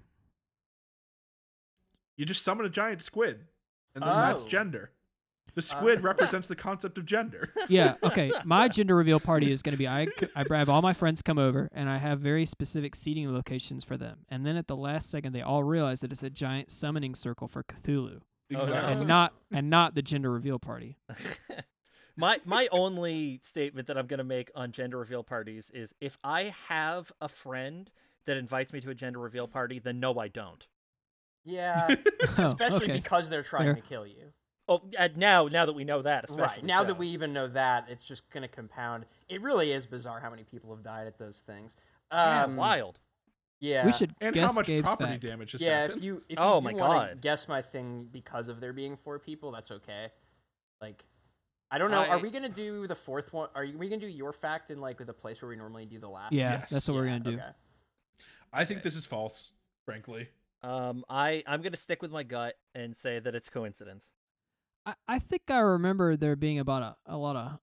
S1: You just summon a giant squid. And then that's
S3: Oh.
S1: gender. The squid represents the concept of gender.
S4: Yeah. Okay. My gender reveal party is going to be I, I have all my friends come over and I have very specific seating locations for them. And then at the last second, they all realize that it's a giant summoning circle for Cthulhu
S2: no.
S4: and not and not the gender reveal party.
S2: my my only statement that I'm gonna make on gender reveal parties is if I have a friend that invites me to a gender reveal party, then no, I don't.
S3: yeah,
S4: Oh,
S3: especially
S4: okay.
S3: because they're trying
S4: Fair.
S3: to kill you.
S2: Oh, uh, now now that we know that, especially
S3: Right now that
S2: so.
S3: we even know that, it's just gonna compound. It really is bizarre how many people have died at those things.
S2: Yeah,
S3: Um,
S2: wild.
S3: Yeah,
S4: We should
S1: And
S4: guess
S1: how much
S4: Gabe's
S1: property
S4: fact.
S1: damage has
S3: Yeah,
S1: happened?
S3: if you if
S2: Oh
S3: you
S2: my
S3: do wanna
S2: God.
S3: guess my thing because of there being four people, that's okay. Like, I don't know.
S2: I-
S3: Are we gonna do the fourth one? Are we gonna do your fact in like the place where we normally do the last?
S4: Yeah,
S1: Yes.
S4: that's what we're
S3: Yeah,
S4: gonna do.
S3: okay.
S1: I think this is false, frankly.
S2: Um, I I'm gonna stick with my gut and say that it's coincidence.
S4: I, I think I remember there being about a, a lot of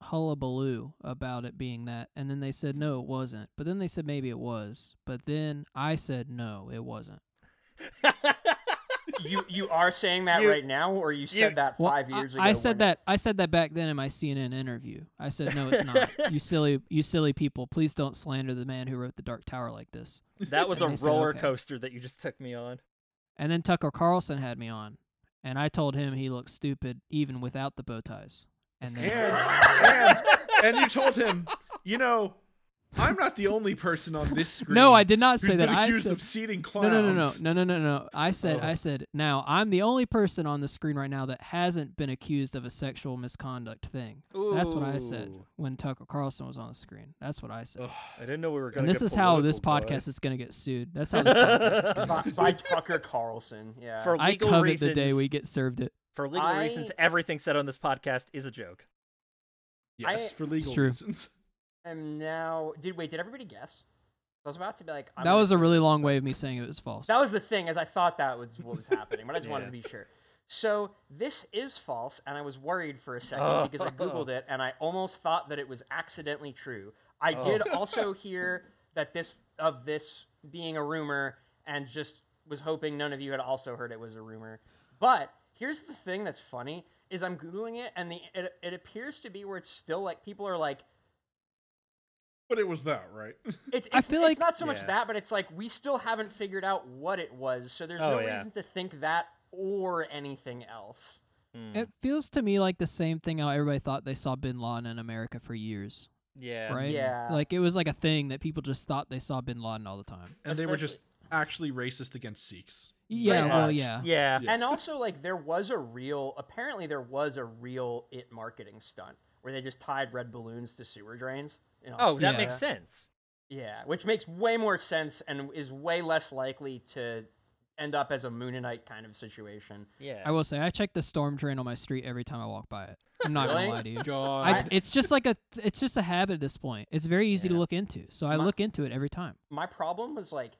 S4: hullabaloo about it being that, and then they said no, it wasn't. But then they said maybe it was. But then I said no, it wasn't.
S3: You you are saying that
S2: You-
S3: right now, or you said
S2: you-
S3: that
S4: Well,
S3: five
S4: I-
S3: years ago?
S4: I said
S3: when-
S4: that I said that back then in my CNN interview. I said no, it's not. you silly, you silly people! Please don't slander the man who wrote the Dark Tower like this.
S2: that was a
S4: I said,
S2: roller
S4: okay.
S2: coaster that you just took me on.
S4: And then Tucker Carlson had me on, and I told him he looked stupid even without the bow ties. And then
S1: And and, and you told him, you know, I'm not the only person on this screen.
S4: no, I did not say
S1: who's
S4: that.
S1: Been
S4: I
S1: accused
S4: said
S1: of seating
S4: no,
S1: clowns.
S4: no, no, no, no, no, no, no. I said, I said. Now I'm the only person on the screen right now that hasn't been accused of a sexual misconduct thing. That's what I said
S2: Ooh.
S4: when Tucker Carlson was on the screen. That's what I said.
S2: I didn't know we were gonna.
S4: And this
S2: get
S4: is how this
S2: political,
S4: podcast is going to get sued. That's how this podcast is going to
S3: by,
S4: get sued.
S3: by Tucker Carlson. Yeah.
S2: boys. for
S4: I
S2: legal
S4: covet
S2: reasons.
S4: the day we get served it.
S2: For legal reasons,
S3: I-
S2: everything said on this podcast is a joke.
S1: Yes,
S3: I-
S1: for legal
S4: It's true.
S1: reasons.
S3: I'm now. Did wait? Did everybody guess? I was about to be like. I'm
S4: That
S3: gonna
S4: was a
S3: say
S4: really
S3: this,
S4: long
S3: but-
S4: way of me saying it was false.
S3: That was the thing, as I thought that was what was happening, but I just wanted
S2: Yeah.
S3: to be sure. So this is false, and I was worried for a second because I googled it, and I almost thought that it was accidentally true. I did also hear that this of this being a rumor, and just was hoping none of you had also heard it was a rumor. But here's the thing that's funny is I'm googling it, and the it, it appears to be where it's still like people are like
S1: But it was that, right?
S3: it's,
S4: I
S3: it's,
S4: feel
S3: it's
S4: like-
S3: not so much
S2: Yeah.
S3: that, but it's like we still haven't figured out what it was, so there's
S2: Oh,
S3: no
S2: yeah.
S3: reason to think that or anything else.
S4: It feels to me like the same thing how everybody thought they saw bin Laden in America for years,
S2: Yeah.
S4: right?
S3: Yeah.
S4: Like it was like a thing that people just thought they saw bin Laden all the time.
S1: And they were just actually racist against Sikhs.
S4: Yeah,
S3: much.
S4: well, yeah.
S2: Yeah.
S1: Yeah.
S3: And also, like there was a real apparently there was a real it marketing stunt where they just tied red balloons to sewer drains. in
S2: Oh, that
S4: Yeah.
S2: makes
S3: Australia.
S2: sense.
S3: Yeah, which makes way more sense and is way less likely to end up as a Moonanite kind of situation.
S2: Yeah.
S4: I will say I check the storm drain on my street every time I walk by it. I'm not
S3: Really?
S4: gonna lie to you.
S1: God.
S4: I, it's just like a it's just a habit at this point. It's very easy to
S2: Yeah.
S4: look into, so I
S3: My-
S4: look into it every time.
S3: my problem was like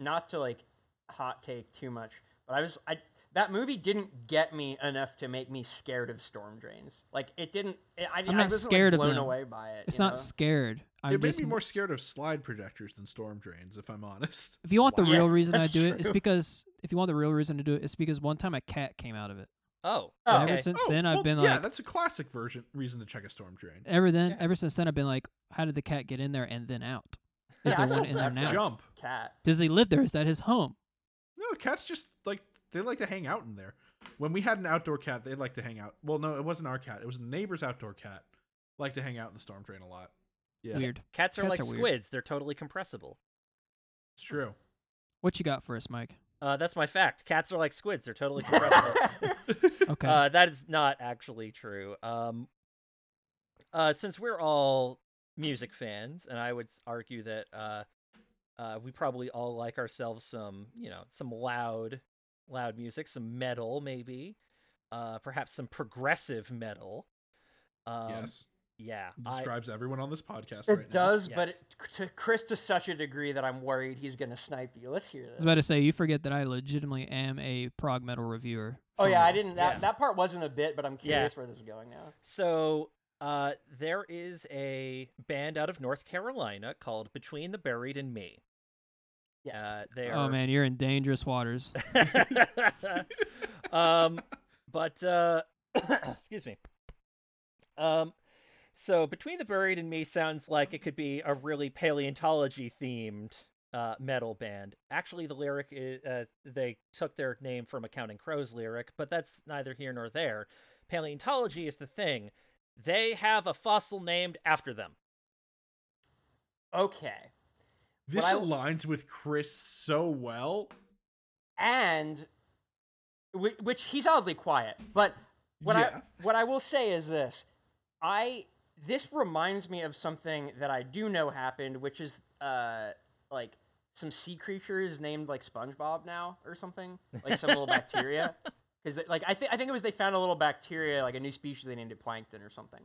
S3: not to like hot take too much, but I was I that movie didn't get me enough to make me scared of storm drains. Like it didn't. I- I,
S4: I'm
S3: I
S4: not
S3: wasn't,
S4: scared
S3: like,
S4: of
S3: blown
S4: them.
S3: away by it.
S4: It's
S3: Uh, you
S4: not
S3: know?
S4: scared. I'm
S1: it made
S4: just
S1: me more scared of slide projectors than storm drains, if I'm honest.
S4: If you want the
S3: Wow.
S4: real
S3: Yeah,
S4: reason I
S3: that's
S4: do it, it's
S3: true.
S4: because if you want the real reason to do it, it's because one time a cat came out of it.
S2: Oh.
S3: Oh,
S4: and
S2: okay.
S4: ever since then, I've
S1: well,
S4: been
S1: yeah,
S4: like, Eh,
S1: that's a classic version reason to check a storm drain.
S4: ever then, ever since then, I've been like, how did the cat get in there and then out?
S3: Yeah,
S4: Is
S3: I
S4: there one
S3: felt
S4: in there
S3: bad for
S4: now?
S1: Jump.
S3: Cat.
S4: Does he live there? Is that his home?
S1: No, cats just like they like to hang out in there. When we had an outdoor cat, they like to hang out. Well, no, it wasn't our cat. It was the neighbor's outdoor cat. Liked to hang out in the storm drain a lot. Yeah,
S4: Weird.
S2: Cats are
S4: Cats
S2: like
S4: are weird.
S2: squids. They're totally compressible.
S1: it's true.
S4: What you got for us, Mike?
S2: Uh, that's my fact. Cats are like squids. They're totally compressible.
S4: Okay.
S2: Uh, that is not actually true. Um, uh, since we're all music fans, and I would s- argue that uh, uh, we probably all like ourselves some, you know, some loud, loud music, some metal maybe, uh, perhaps some progressive metal. Um,
S1: yes,
S2: Yeah. I-
S1: describes everyone on this podcast.
S3: It
S1: right now.
S3: does, but
S2: Yes.
S3: it, to Chris to such a degree that I'm worried he's gonna snipe you. Let's hear
S4: I was
S3: this.
S4: about to say, you forget that I legitimately am a prog metal reviewer.
S3: Oh
S4: for
S3: yeah, I
S4: real.
S3: didn't. That
S2: Yeah.
S3: that part wasn't a bit, but I'm
S2: Yeah.
S3: curious where this is going now.
S2: So uh, there is a band out of North Carolina called Between the Buried and Me.
S3: Yeah.
S2: Uh, they
S4: Oh
S2: are
S4: man, you're in dangerous waters.
S2: um, but uh, excuse me. Um, so between the buried and me sounds like it could be a really paleontology themed uh, metal band. Actually, the lyric is uh, they took their name from a Counting Crows lyric, but that's neither here nor there. Paleontology is the thing. They have a fossil named after them.
S3: okay.
S1: This
S3: What I-
S1: aligns with Chris so well.
S3: and whi- which he's oddly quiet. But what
S1: Yeah.
S3: I what I will say is this: I this reminds me of something that I do know happened, which is uh like some sea creatures named like SpongeBob now or something, like some little bacteria. Because like I think I think it was they found a little bacteria, like a new species they named it plankton or something.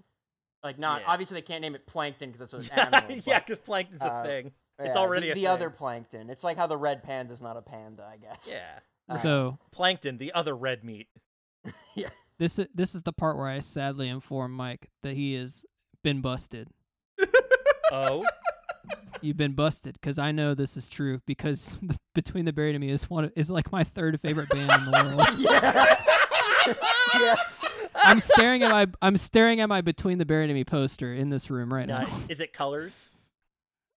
S3: Like not
S2: Yeah.
S3: obviously they can't name it plankton because it's an animal. but-
S2: yeah, because plankton's a
S3: uh,
S2: thing.
S3: yeah,
S2: It's already
S3: the,
S2: a
S3: the
S2: thing.
S3: other plankton. It's like how the red panda's not a panda, I guess.
S2: Yeah,
S4: So
S2: plankton, the other red meat.
S3: yeah.
S4: this is this is the part where I sadly inform Mike that he has been busted.
S2: Oh.
S4: You've been busted because I know this is true because between the buried and me is one of, is like my third favorite band in the world.
S3: yeah.
S4: I'm staring at my I'm staring at my between the buried and me poster in this room right
S2: Nice.
S4: now.
S2: Is it colors?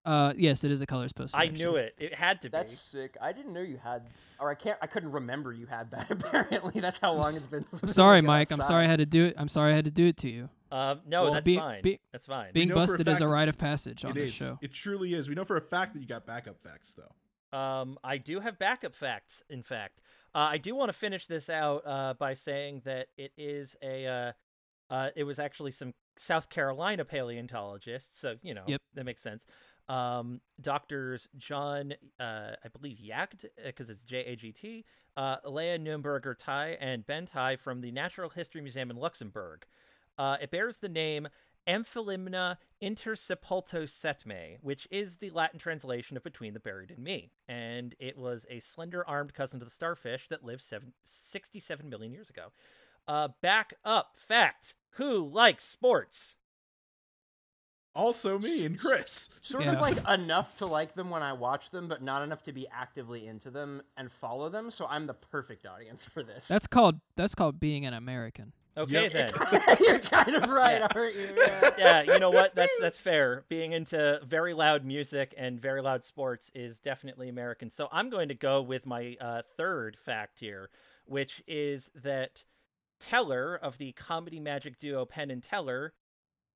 S4: Uh, yes, it is a colors poster.
S2: I knew it. It had to be.
S3: That's sick. I didn't know you had, or I can't. I couldn't remember you had that. Apparently, that's how long it's been.
S4: I'm sorry, Mike. I'm sorry I had to do it. I'm sorry I had to do it to you.
S2: Um, no,
S4: Well,
S2: that's
S4: be-
S2: fine.
S4: be-
S2: that's fine.
S4: Being
S1: know for a
S4: busted is a
S1: fact
S4: rite of passage on
S1: It
S4: this
S1: is.
S4: show.
S1: It truly is. We know for a fact that you got backup facts though.
S2: um, I do have backup facts. In fact, uh, I do want to finish this out uh, by saying that it is a. Uh, uh, it was actually some South Carolina paleontologists, so you know
S4: Yep.
S2: that makes sense. Um, doctors John, uh, I believe Yacht, because it's J A G T, uh, Leah Nürnberger Tai, and Ben Tai from the Natural History Museum in Luxembourg. Uh, it bears the name Amphilimna intersepulto setme, which is the Latin translation of Between the Buried and Me. And it was a slender armed cousin to the starfish that lived seven, 67 million years ago. Uh, back up fact who likes sports?
S1: Also, me and Chris.
S3: Sort
S4: Yeah.
S3: of like enough to like them when I watch them, but not enough to be actively into them and follow them. So I'm the perfect audience for this.
S4: That's called that's called being an American.
S2: Okay,
S1: Yep.
S2: then.
S3: you're kind of right,
S2: Yeah.
S3: aren't you? Yeah.
S2: yeah, you know what? That's that's fair. Being into very loud music and very loud sports is definitely American. So I'm going to go with my uh, third fact here, which is that Teller of the comedy magic duo Penn and Teller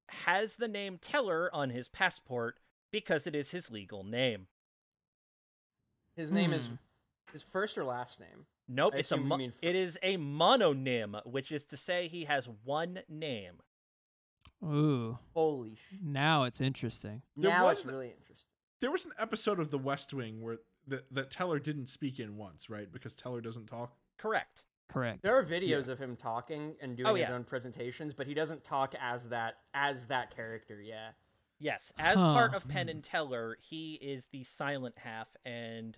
S2: has the name Teller on his passport because it is his legal name.
S3: His name is
S4: Hmm.
S3: his first or last name.
S2: Nope,
S3: I
S2: it's a
S3: assume you
S2: mo-
S3: mean fir-
S2: it is a mononym, which is to say he has one name.
S4: Ooh,
S3: Holy sh!
S4: now it's interesting.
S1: There
S3: Now
S1: was
S3: it's
S1: the-
S3: really interesting.
S1: There was an episode of The West Wing where that that Teller didn't speak in once, right? Because Teller doesn't talk.
S2: Correct.
S4: Correct.
S3: There are videos of him talking and doing
S2: Oh,
S3: his
S2: yeah.
S3: own presentations, but he doesn't talk as that as that character. Yeah.
S2: Yes, as part
S4: Huh.
S2: of Penn and Teller, he is the silent half, and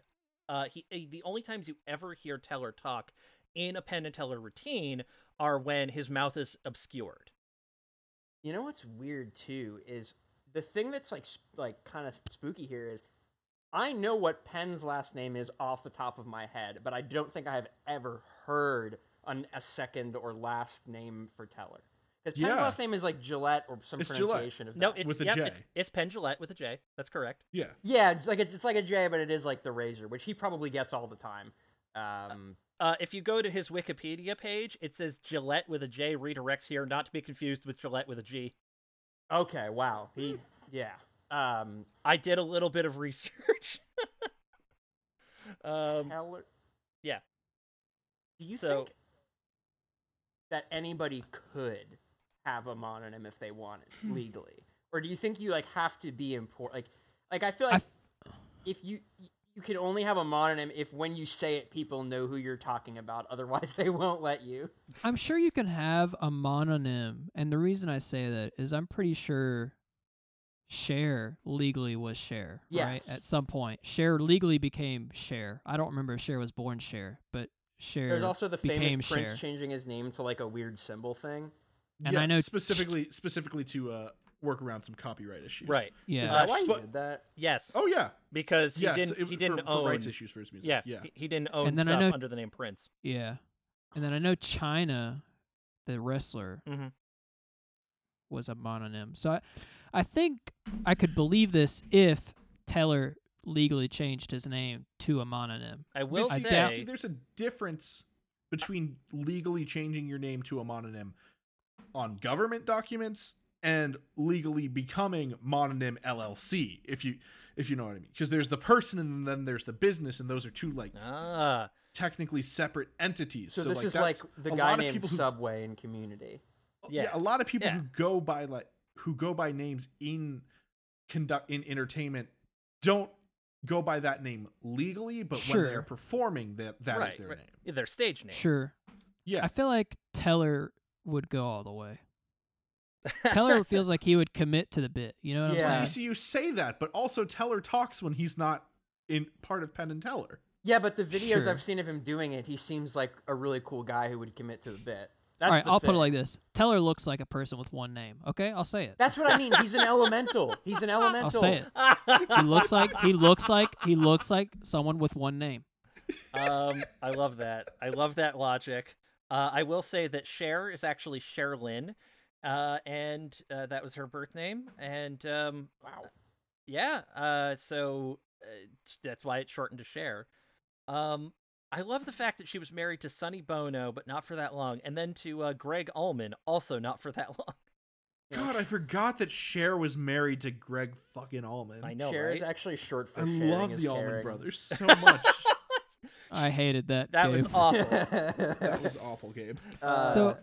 S2: uh, he eh, the only times you ever hear Teller talk in a Penn and Teller routine are when his mouth is obscured.
S3: You know what's weird too is the thing that's like sp- like kind of spooky here is I know what Penn's last name is off the top of my head, but I don't think I have ever heard an, a second or last name for Teller because Penn's
S1: Yeah.
S3: last name is like Gillette or some
S1: It's Gillette.
S3: pronunciation of
S2: No,
S3: that.
S2: it's
S1: With a
S2: yep,
S1: J.
S2: it's, it's Penn Jillette with a J. That's correct.
S1: Yeah.
S3: yeah, it's like it's, it's like a J, but it is like the razor, which he probably gets all the time. Um,
S2: Uh, if you go to his Wikipedia page, it says Gillette with a J redirects here, not to be confused with Gillette with a G.
S3: okay, wow, he
S2: Hmm.
S3: yeah. Um,
S2: I did a little bit of research. um,
S3: Teller.
S2: yeah.
S3: Do you
S2: So-
S3: think that anybody could have a mononym if they wanted legally, or do you think you like have to be important? Like, like I feel
S4: I
S3: like
S4: f-
S3: if you you can only have a mononym if when you say it, people know who you're talking about. Otherwise, they won't let you.
S4: I'm sure you can have a mononym, and the reason I say that is I'm pretty sure share legally was share, right? At
S3: Yes.
S4: some point, share legally became share. I don't remember if share was born share, but share
S3: There's also the famous
S4: became
S3: Prince
S4: share.
S3: changing his name to like a weird symbol thing.
S4: And
S1: yeah,
S4: I know-
S1: specifically specifically to uh, work around some copyright issues.
S2: Right.
S4: Yeah.
S3: Is
S2: Uh,
S3: that why you
S1: but-
S3: did that?
S2: Yes,
S1: Oh yeah.
S2: because he
S1: yes.
S2: didn't.
S1: it-
S2: he didn't
S1: for,
S2: own
S1: for rights issues for his music.
S2: Yeah,
S1: Yeah.
S2: He, he didn't own
S4: And then I
S2: stuff
S4: know-
S2: under the name Prince.
S4: Yeah. And then I know China, the wrestler,
S2: Mhm.
S4: was a mononym. So I, I think I could believe this if Taylor legally changed his name to a mononym.
S2: I will
S1: But see,
S2: say,
S4: doubt-
S1: see, there's a difference between legally changing your name to a mononym on government documents and legally becoming mononym LLC. If you if you know what I mean, because there's the person and then there's the business, and those are two like
S2: ah,
S1: technically separate entities.
S3: So, this
S1: like,
S3: is like
S1: that's-
S3: the
S1: a
S3: guy
S1: lot of
S3: named
S1: people who-
S3: Subway in Community.
S1: Oh, yeah.
S2: Yeah.
S1: a lot of people
S2: Yeah.
S1: who go by like who go by names in conduct in entertainment don't go by that name legally, but when
S4: Sure.
S1: they're performing, that that is
S2: right,
S1: their
S2: right.
S1: name.
S2: Yeah, Their stage name.
S4: Sure.
S1: Yeah,
S4: I feel like Teller would go all the way. Teller feels like he would commit to the bit. You know what
S3: Yeah.
S1: You
S4: I'm
S1: see, you say that, but also Teller talks when he's not in part of Penn and Teller.
S3: Yeah, but the videos
S4: Sure.
S3: I've seen of him doing it, he seems like a really cool guy who would commit to the bit. That's
S4: All right,
S3: the
S4: I'll put it
S3: thing.
S4: like this. Teller looks like a person with one name. Okay, I'll say it.
S3: That's what I mean. He's an elemental. He's an elemental.
S4: I'll say it. he looks like he looks like he looks like someone with one name.
S2: um, I love that. I love that logic. Uh, I will say that Cher is actually Cher Lynn, uh, and uh, that was her birth name. And um,
S3: Wow.
S2: yeah, uh, so uh, that's why it's shortened to Cher. Um, I love the fact that she was married to Sonny Bono, but not for that long, and then to uh, Greg Allman, also not for that long.
S1: God, I forgot that Cher was married to Greg fucking Allman.
S2: I know,
S3: Cher
S2: right?
S3: is actually short for
S1: I
S3: sharing
S1: love
S3: is
S1: the Allman
S3: caring.
S1: Brothers so much.
S4: I hated that.
S2: that
S4: Dave.
S2: was awful.
S1: that was awful, Gabe.
S3: Uh,
S4: So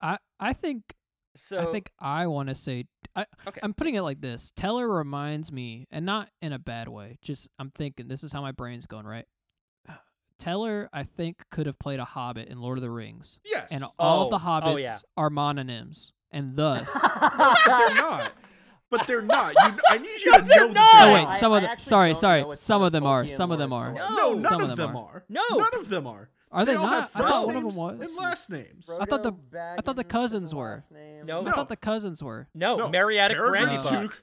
S4: I I think
S2: So
S4: I think I want to say I,
S2: Okay.
S4: I'm putting it like this. Teller reminds me, and not in a bad way. Just I'm thinking this is how my brain's going, right? Teller, I think, could have played a Hobbit in Lord of the Rings,
S1: Yes.
S4: and all of the
S2: Oh,
S4: Hobbits
S2: oh, yeah.
S4: are mononyms, and thus.
S1: they're not. But they're not. You, I need you to
S2: they're
S1: know
S2: not!
S1: that.
S4: oh
S1: they
S4: wait,
S1: are.
S3: I-
S4: some
S3: I
S4: of them.
S3: actually
S4: Sorry,
S3: don't know
S4: sorry.
S3: what
S4: Some of them are.
S3: Tolkien
S4: Some of them
S3: words
S4: are.
S3: are.
S1: No,
S2: No,
S1: none
S4: some
S1: of
S4: of
S1: them
S4: them
S1: are.
S2: Oh. No.
S1: None of them are.
S4: Are they
S1: all
S4: not?
S1: have
S4: I
S1: first
S4: thought one of
S1: names
S4: them was.
S1: And last names.
S4: I thought the-
S3: Frodo
S4: I thought the
S3: Baggins is his
S4: cousins were.
S3: last name.
S2: No.
S4: I thought the cousins were.
S2: no,
S1: No,
S2: Mariatic
S1: Peregrine
S2: Brandy
S4: Brandybuck.
S2: Buck.
S1: Took,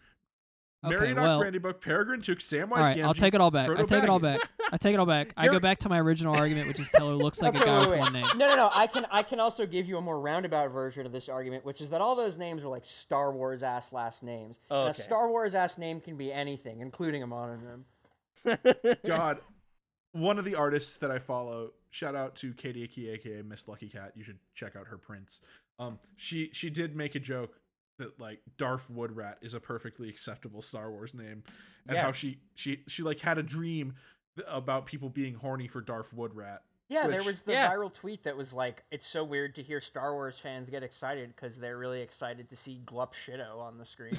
S4: Okay,
S1: Merriadoc
S4: well,
S1: Brandybuck, Peregrine Took, Samwise
S4: all right.
S1: Gamgee.
S4: I'll take it all back. I
S1: Frodo
S4: take it all
S1: Baggins.
S4: back. I take it all back. I go
S2: You're-
S4: back to my original argument, which is Teller looks like a
S3: Okay,
S4: guy
S3: wait, wait.
S4: with one name.
S3: No, no, no. I can I can also give you a more roundabout version of this argument, which is that all those names are like Star Wars ass last names. And a
S2: Okay.
S3: Star Wars ass name can be anything, including a mononym.
S1: God, one of the artists that I follow, shout out to Katie Aki, aka Miss Lucky Cat. You should check out her prints. Um, she she did make a joke that like Darth Woodrat is a perfectly acceptable Star Wars name, and how
S2: Yes.
S1: she she she like had a dream th- about people being horny for Darth Woodrat.
S3: Yeah, there
S1: Which-
S3: was the
S2: yeah.
S3: viral tweet that was like, "It's so weird to hear Star Wars fans get excited because they're really excited to see Glup Shitto on the screen."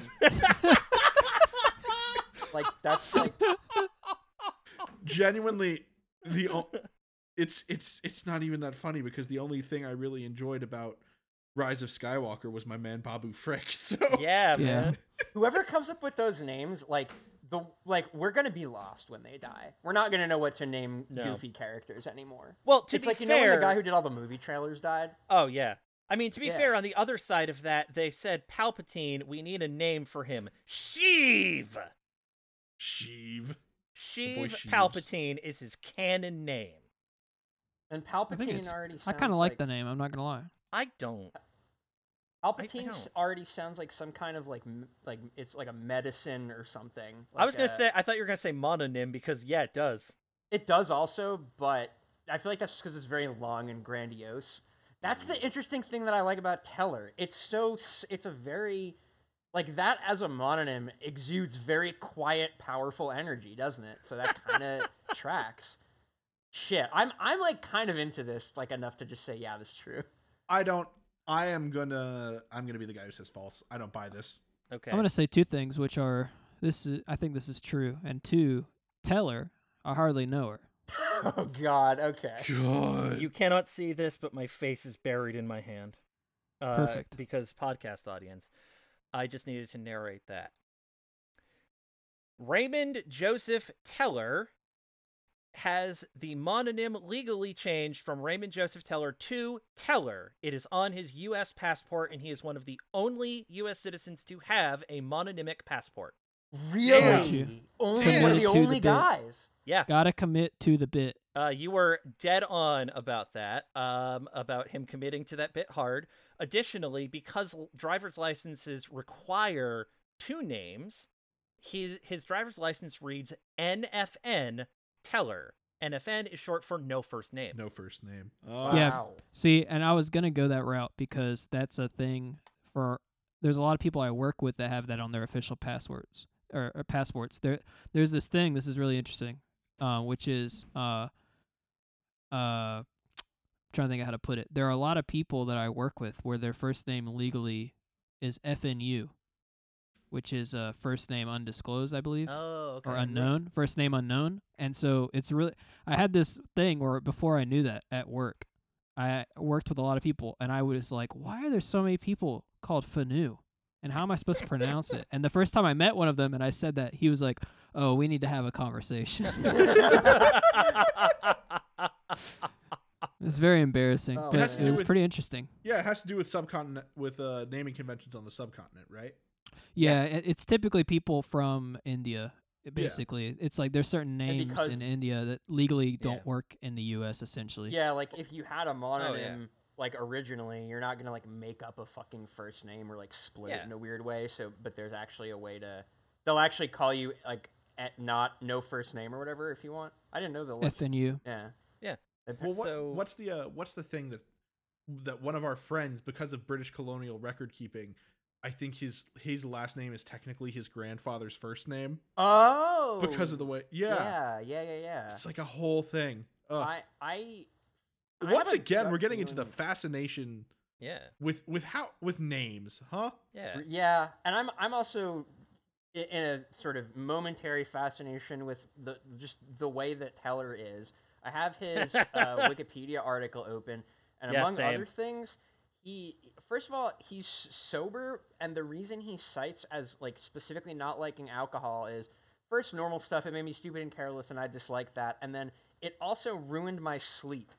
S3: like that's like
S1: Genuinely, the o- it's it's it's not even that funny because the only thing I really enjoyed about Rise of Skywalker was my man Babu Frick. So
S2: Yeah,
S4: Yeah.
S2: man.
S3: whoever comes up with those names, like the like we're gonna be lost when they die. We're not gonna know what to name
S2: No.
S3: goofy characters anymore.
S2: Well, to
S3: it's
S2: be
S3: like you know
S2: fair,
S3: when the guy who did all the movie trailers died.
S2: oh yeah. I mean, to be
S3: Yeah.
S2: fair, on the other side of that, they said Palpatine. We need a name for him. Sheev.
S1: Sheev.
S2: Sheev
S1: Sheevs.
S2: Palpatine is his canon name.
S3: And
S4: I think
S3: Palpatine
S4: it's-
S3: already.
S4: I
S3: Sounds
S4: kind of like,
S3: like
S4: the name. I'm not gonna lie.
S2: I don't. I- I
S3: Palpatine s-
S2: don't.
S3: already sounds like some kind of like m- like it's like a medicine or something.
S2: I was
S3: like
S2: gonna
S3: a-
S2: say. I thought you were gonna say mononym because yeah, it does.
S3: It does also, but I feel like that's just because it's very long and grandiose. That's the interesting thing that I like about Teller. It's so s- it's a very like that as a mononym exudes very quiet, powerful energy, doesn't it? So that kind of tracks. Shit, I'm I'm like kind of into this, like enough to just say, yeah, that's true.
S1: I don't. I am gonna. I'm gonna be the guy who says false. I don't buy this.
S2: Okay.
S4: I'm gonna say two things, which are this is I think this is true, and two, Teller, I hardly know her.
S3: Oh God, okay.
S1: God.
S2: You cannot see this, but my face is buried in my hand. Uh,
S4: Perfect.
S2: Because podcast audience, I just needed to narrate that. Raymond Joseph Teller has the mononym legally changed from Raymond Joseph Teller to Teller. It is on his U.S. passport, and he is one of the only U.S. citizens to have a mononymic passport.
S1: Damn.
S3: Really, only one of
S4: Committed
S3: the
S4: to the
S3: only
S4: bit.
S3: guys.
S2: Yeah.
S4: Gotta commit to the bit.
S2: Uh, you were dead on about that, um, about him committing to that bit hard. Additionally, because l- driver's licenses require two names, his his driver's license reads NFN Teller. NFN is short for no first name.
S1: No first name.
S3: Wow.
S1: Oh,
S4: Yeah. See, and I was gonna go that route because that's a thing for. There's a lot of people I work with that have that on their official passwords or, or passports. There, there's this thing. This is really interesting, uh, which is uh, uh, trying to think of how to put it. There are a lot of people that I work with where their first name legally is FNU, which is uh, first name undisclosed, I believe
S2: Oh, okay.
S4: or unknown, first name unknown. And so it's really I had this thing where before I knew that at work, I worked with a lot of people and I was like, why are there so many people called Fanu? And how am I supposed to pronounce it? And the first time I met one of them and I said that, he was like, "Oh, we need to have a conversation." it was very embarrassing,
S3: Oh,
S4: but
S3: It
S1: has to
S4: it
S1: do
S4: was
S1: with-
S4: pretty interesting.
S1: yeah. It has to do with subcontinent with uh, naming conventions on the subcontinent, right?
S4: Yeah, it, it's typically people from India. it- Basically, it's like there's certain names
S3: because-
S4: in India that legally don't
S2: Yeah.
S4: work in the U.S. Essentially.
S3: Yeah, like if you had a mononym
S2: Oh, yeah.
S3: like originally, you're not gonna like make up a fucking first name or like split
S2: Yeah.
S3: it in a weird way. So, but there's actually a way to. They'll actually call you like at not no first name or whatever if you want. I didn't know the list.
S4: FNU.
S3: Yeah.
S2: Yeah.
S3: They
S1: Well, what,
S2: So-
S1: what's the uh, what's the thing that that one of our friends, because of British colonial record keeping, I think his his last name is technically his grandfather's first name
S3: Oh.
S1: because of the way. Yeah,
S3: Yeah. Yeah. Yeah. Yeah.
S1: it's like a whole thing. Ugh.
S3: I. I. I have
S1: Once
S3: a
S1: again,
S3: gut
S1: we're getting into the
S3: feeling-
S1: fascination
S2: Yeah.
S1: with with how with names, huh?
S2: Yeah.
S3: R- Yeah, and I'm I'm also i- in a sort of momentary fascination with the just the way that Teller is. I have his uh, Wikipedia article open, and
S2: Yeah,
S3: among
S2: same.
S3: other things, he first of all he's sober, and the reason he cites as like specifically not liking alcohol is first normal stuff. It made me stupid and careless, and I dislike that, and then it also ruined my sleep.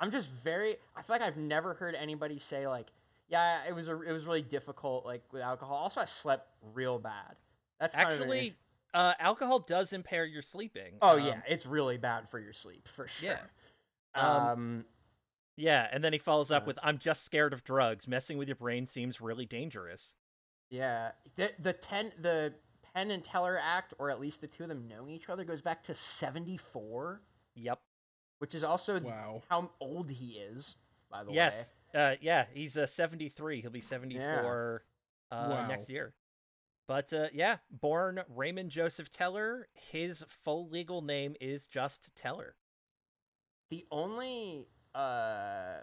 S3: I'm just very. I feel like I've never heard anybody say like, "Yeah, it was a, it was really difficult like with alcohol." Also, I slept real bad. That's kind Of an,
S2: Actually,
S3: issue.
S2: uh, alcohol does impair your sleeping.
S3: oh
S2: Um,
S3: yeah, it's really bad for your sleep for sure.
S2: yeah.
S3: Um,
S2: Um, Yeah, and then he follows up with, "I'm just scared of drugs. Messing with your brain seems really dangerous."
S3: yeah. The the ten the Penn and Teller Act, or at least the two of them knowing each other, goes back to '74,
S2: Yep.
S3: which is also
S1: Wow.
S3: how old he is. By the way.
S2: Yes. Uh, yeah, he's uh, 73. He'll be 74 uh,
S1: Wow.
S2: next year. But uh, yeah, born Raymond Joseph Teller. His full legal name is just Teller.
S3: The only uh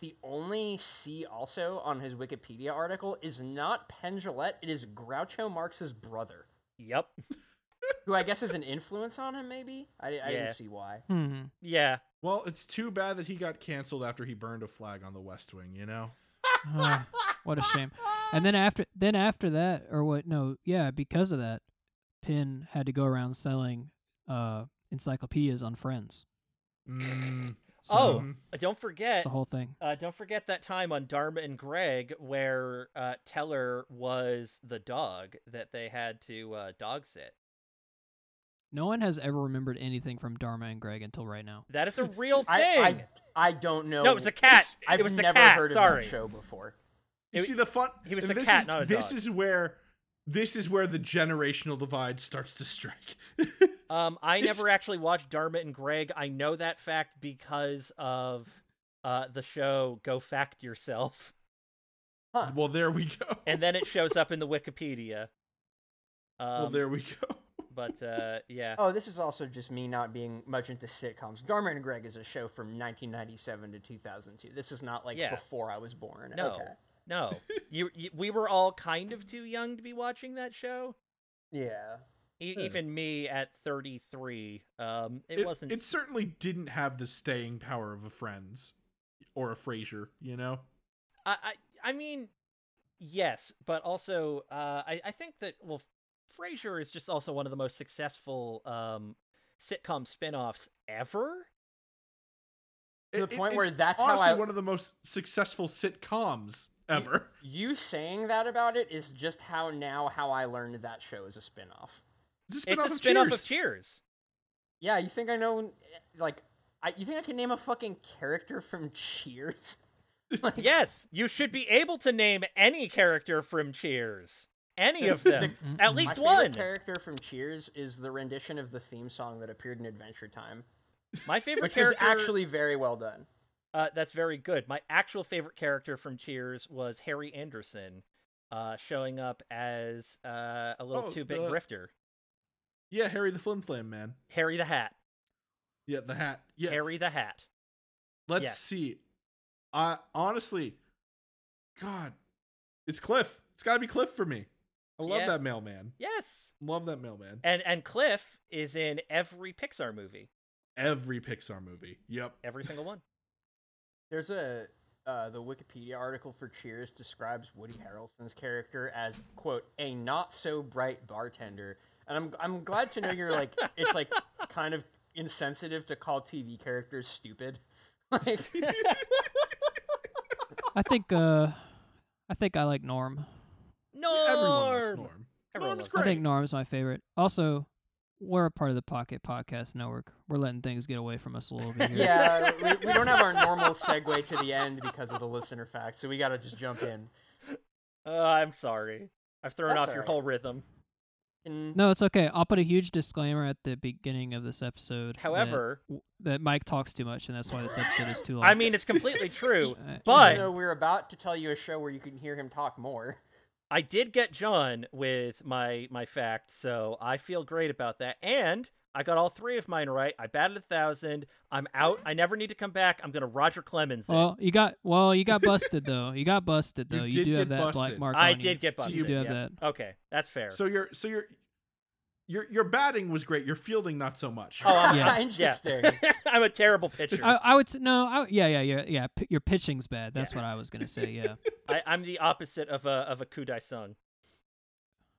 S3: the only C also on his Wikipedia article is not Penn Jillette, it is Groucho Marx's brother,
S2: Yep.
S3: who I guess is an influence on him maybe. I, I
S2: Yeah.
S3: didn't see why.
S4: Hmm.
S2: Yeah.
S1: Well, it's too bad that he got canceled after he burned a flag on the West Wing. You know.
S4: Ugh, what a shame. And then after then after that or what no, yeah, because of that, Penn had to go around selling uh encyclopedias on friends.
S1: Mm,
S4: So
S2: oh, uh, don't forget.
S4: the whole thing.
S2: Uh, don't forget that time on Dharma and Greg where uh, Teller was the dog that they had to uh, dog sit.
S4: No one has ever remembered anything from Dharma and Greg until right now.
S2: That is a real thing.
S3: I, I I don't know.
S2: No, it was a cat.
S3: I've
S2: it was the
S3: never
S2: cat.
S3: heard
S2: Sorry.
S3: of that show before.
S1: you
S2: It-
S1: see the fun.
S2: he was
S1: and
S2: a
S1: this
S2: cat,
S1: is-
S2: not a
S1: This
S2: dog.
S1: is where this is where the generational divide starts to strike.
S2: Um, I
S1: It's-
S2: never actually watched Dharma and Greg. I know that fact because of uh, the show Go Fact Yourself.
S3: Huh.
S1: well, there we go.
S2: And then it shows up in the Wikipedia. Um,
S1: well, there we go.
S2: But uh, yeah.
S3: Oh, this is also just me not being much into sitcoms. Dharma and Greg is a show from 1997 to 2002. This is not like
S2: Yeah.
S3: before I was born.
S2: No.
S3: Okay.
S2: No. You, you, we were all kind of too young to be watching that show.
S3: Yeah.
S2: E- Even me at 33. Um, it, wasn't.
S1: It certainly didn't have the staying power of a Friends or a Frasier. You know.
S2: I, I I mean, yes, but also uh, I I think that well, Frasier is just also one of the most successful um, sitcom spin-offs ever.
S3: To the
S1: It- it-
S3: point where
S1: it's
S3: that's how
S1: honestly
S3: I-
S1: one of the most successful sitcoms ever.
S3: You saying that about it is just how now how I learned that show is a spin-off.
S1: It's a
S2: it's
S1: spin-off
S2: a
S1: of
S2: spin-off
S1: Cheers.
S2: of Cheers.
S3: Yeah, you think I know like I, you think I can name a fucking character from Cheers?
S2: yes, you should be able to name any character from Cheers. Any of them, at least
S3: My favorite
S2: one.
S3: character from Cheers is the rendition of the theme song that appeared in Adventure Time,
S2: My favorite
S3: which was
S2: character
S3: actually very well done.
S2: Uh, that's very good. My actual favorite character from Cheers was Harry Anderson, uh, showing up as uh, a little
S1: Oh,
S2: two bit
S1: the-
S2: grifter.
S1: Yeah, Harry the Flim Flam Man.
S2: Harry the Hat.
S1: Yeah, the hat. Yeah,
S2: Harry the Hat.
S1: let's
S2: yeah.
S1: see. I honestly, God, it's Cliff. It's got to be Cliff for me. I love
S2: Yeah. E-,
S1: that mailman.
S2: Yes.
S1: Love that mailman.
S2: And and Cliff is in every Pixar movie,
S1: Every Pixar movie. Yep.
S2: every single one.
S3: There's a uh, the Wikipedia article for Cheers describes Woody Harrelson's character as quote a not so bright bartender, and I'm I'm glad to know you're like it's like kind of insensitive to call TV characters stupid. Like
S4: I think uh I think I like Norm.
S2: Norm.
S1: Everyone loves Norm.
S2: Everyone
S1: Norm's
S2: loves Norm.
S4: I think Norm's my favorite. Also, we're a part of the Pocket Podcast Network. We're letting things get away from us a little bit here.
S3: yeah, we, we don't have our normal segue to the end because of the listener fact, so we got to just jump in.
S2: Uh, I'm sorry. I've thrown
S3: That's
S2: off your
S3: alright.
S2: whole rhythm.
S3: And
S4: No, it's okay. I'll put a huge disclaimer at the beginning of this episode. that-
S2: However-
S4: w- that, Mike talks too much, and that's why this episode is too long.
S2: I mean, it's completely true,
S4: Uh,
S2: but
S3: even though we're about to tell you a show where you can hear him talk more.
S2: I did get John with my my fact, so I feel great about that. And I got all three of mine right. I batted a thousand. I'm out. I never need to come back. I'm gonna Roger Clemens. it.
S4: Well, you got well, you got busted though. You got busted
S1: You
S4: though. You,
S1: did
S4: do have
S1: get
S4: that black
S1: busted.
S4: mark.
S2: I
S4: on you.
S2: did get busted.
S4: You do have
S2: yeah.
S4: that.
S2: Okay, that's fair.
S1: So your so your your your batting was great. Your fielding not so much.
S2: oh, I'm,
S4: Yeah.
S3: Interesting.
S2: I'm a terrible pitcher.
S4: I,
S2: I,
S4: I would say, no. I, yeah, yeah, yeah, yeah. P- your pitching's bad. That's what I was gonna say. Yeah.
S2: I'm the opposite of a of a Kudai son.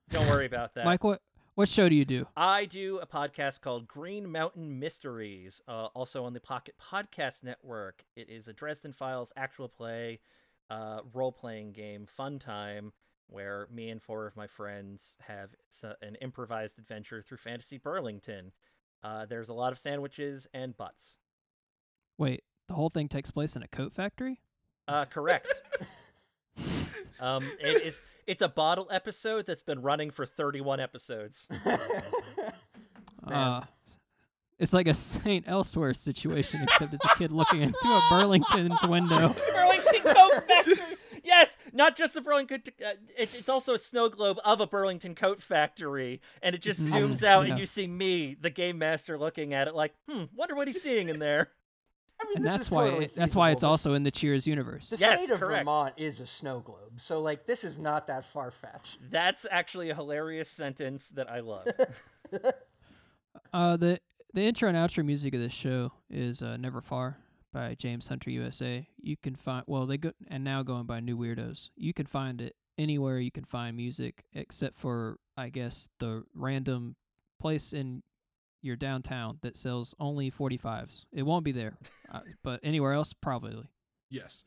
S2: Don't worry about that.
S4: Mike, what what show do you do?
S2: I do a podcast called Green Mountain Mysteries, uh, also on the Pocket Podcast Network. It is a Dresden Files actual play uh, role playing game, fun time, where me and four of my friends have s- an improvised adventure through fantasy Burlington. Uh, there's a lot of sandwiches and butts.
S4: Wait, the whole thing takes place in a coat factory.
S2: Uh, correct. um, it is. It's a bottle episode that's been running for 31 episodes.
S4: Uh, it's like a Saint Elsewhere situation, except it's a kid looking into a Burlington's window.
S2: Burlington Coat Factory. Yes, not just the Burlington. Uh, it, it's also a snow globe of a Burlington Coat Factory, and it just
S4: Mhm.
S2: zooms out,
S4: Yeah.
S2: and you see me, the game master, looking at it like, hmm, wonder what he's seeing in there.
S3: I mean,
S4: And
S3: this
S4: that's
S3: is
S4: why
S3: totally
S4: it, that's why
S3: feasible.
S4: it's also in the Cheers universe.
S3: The
S2: Yes,
S3: state of
S2: correct.
S3: Vermont is a snow globe, so like this is not that far fetched.
S2: That's actually a hilarious sentence that I love.
S4: Uh, the the intro and outro music of this show is uh, "Never Far" by James Hunter USA. You can find well they go and now going by New Weirdos. You can find it anywhere you can find music, except for I guess the random place in your downtown that sells only 45s. It won't be there, uh, but anywhere else probably.
S1: Yes.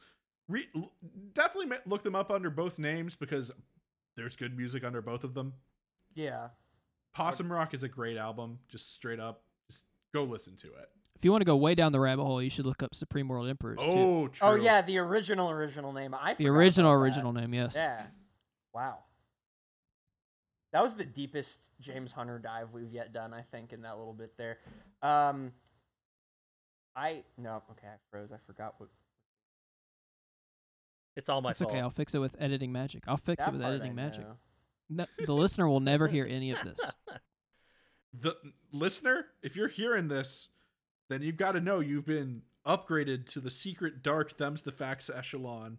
S1: Re- l- definitely ma- look them up under both names because there's good music under both of them.
S3: Yeah.
S1: Possum Rock is a great album, just straight up. Just go listen to it.
S4: If you want to go way down the rabbit hole, you should look up Supreme World Emperors too.
S1: Oh, true.
S3: Oh yeah, the original original name. I
S4: The
S3: forgot
S4: original
S3: about that.
S4: original name, yes.
S3: Yeah. Wow. That was the deepest James Hunter dive we've yet done, I think, in that little bit there. Um I no, okay, I froze. I forgot what
S2: It's all my
S4: It's
S2: fault.
S4: okay. I'll fix it with editing magic. I'll fix
S3: that
S4: it with
S3: part I
S4: editing magic.
S3: know.
S4: No, the listener will never hear any of this.
S1: The listener, if you're hearing this, then you've got to know you've been upgraded to the secret dark them's the facts echelon,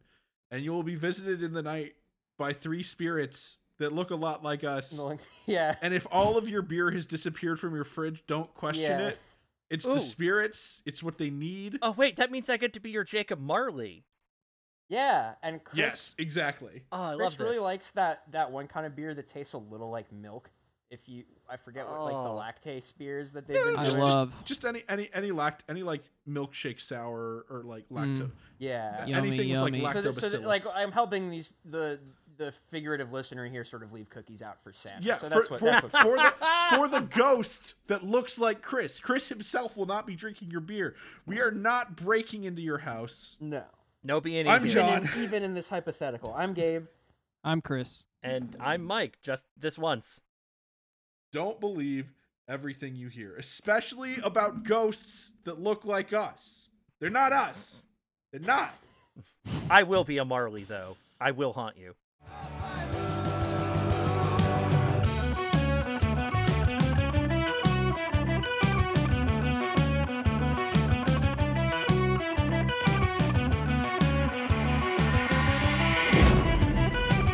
S1: and you will be visited in the night by three spirits that look a lot like us.
S3: No, like- Yeah.
S1: And if all of your beer has disappeared from your fridge, don't question
S3: Yeah.
S1: it. It's
S2: Ooh.
S1: the spirits. It's what they need.
S2: Oh wait, that means I get to be your Jacob Marley.
S3: Yeah. And Chris
S1: yes, exactly.
S2: Oh, I love
S3: Chris
S2: this.
S3: really likes that that one kind of beer that tastes a little like milk. If you I forget what
S2: Oh.
S3: like the lactase beers that they've been
S4: I
S1: just,
S3: doing.
S1: just-
S4: love-
S1: just any any any lact any like milkshake sour or like lacto
S3: Yeah.
S4: Yum.
S1: anything
S4: Yummy,
S1: with
S4: Mm. yummy.
S1: like
S3: So, that, so
S1: lactobacillus.
S3: that, like I'm helping these the the figurative listener here sort of leave cookies out for Santa.
S1: yeah,
S3: so
S1: for,
S3: that's what,
S1: for,
S3: that's what
S1: for the, for the ghost that looks like Chris. Chris himself will not be drinking your beer. We are not breaking into your house.
S3: No.
S2: No E being
S1: I'm
S3: Even
S1: John.
S3: in, even in this hypothetical, I'm Gabe.
S4: I'm Chris.
S2: and I'm Mike. Just this once.
S1: Don't believe everything you hear, especially about ghosts that look like us. They're not us. They're not.
S2: I will be a Marley though. I will haunt you.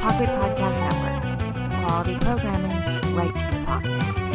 S8: Pocket Podcast Network. Quality programming right to your pocket.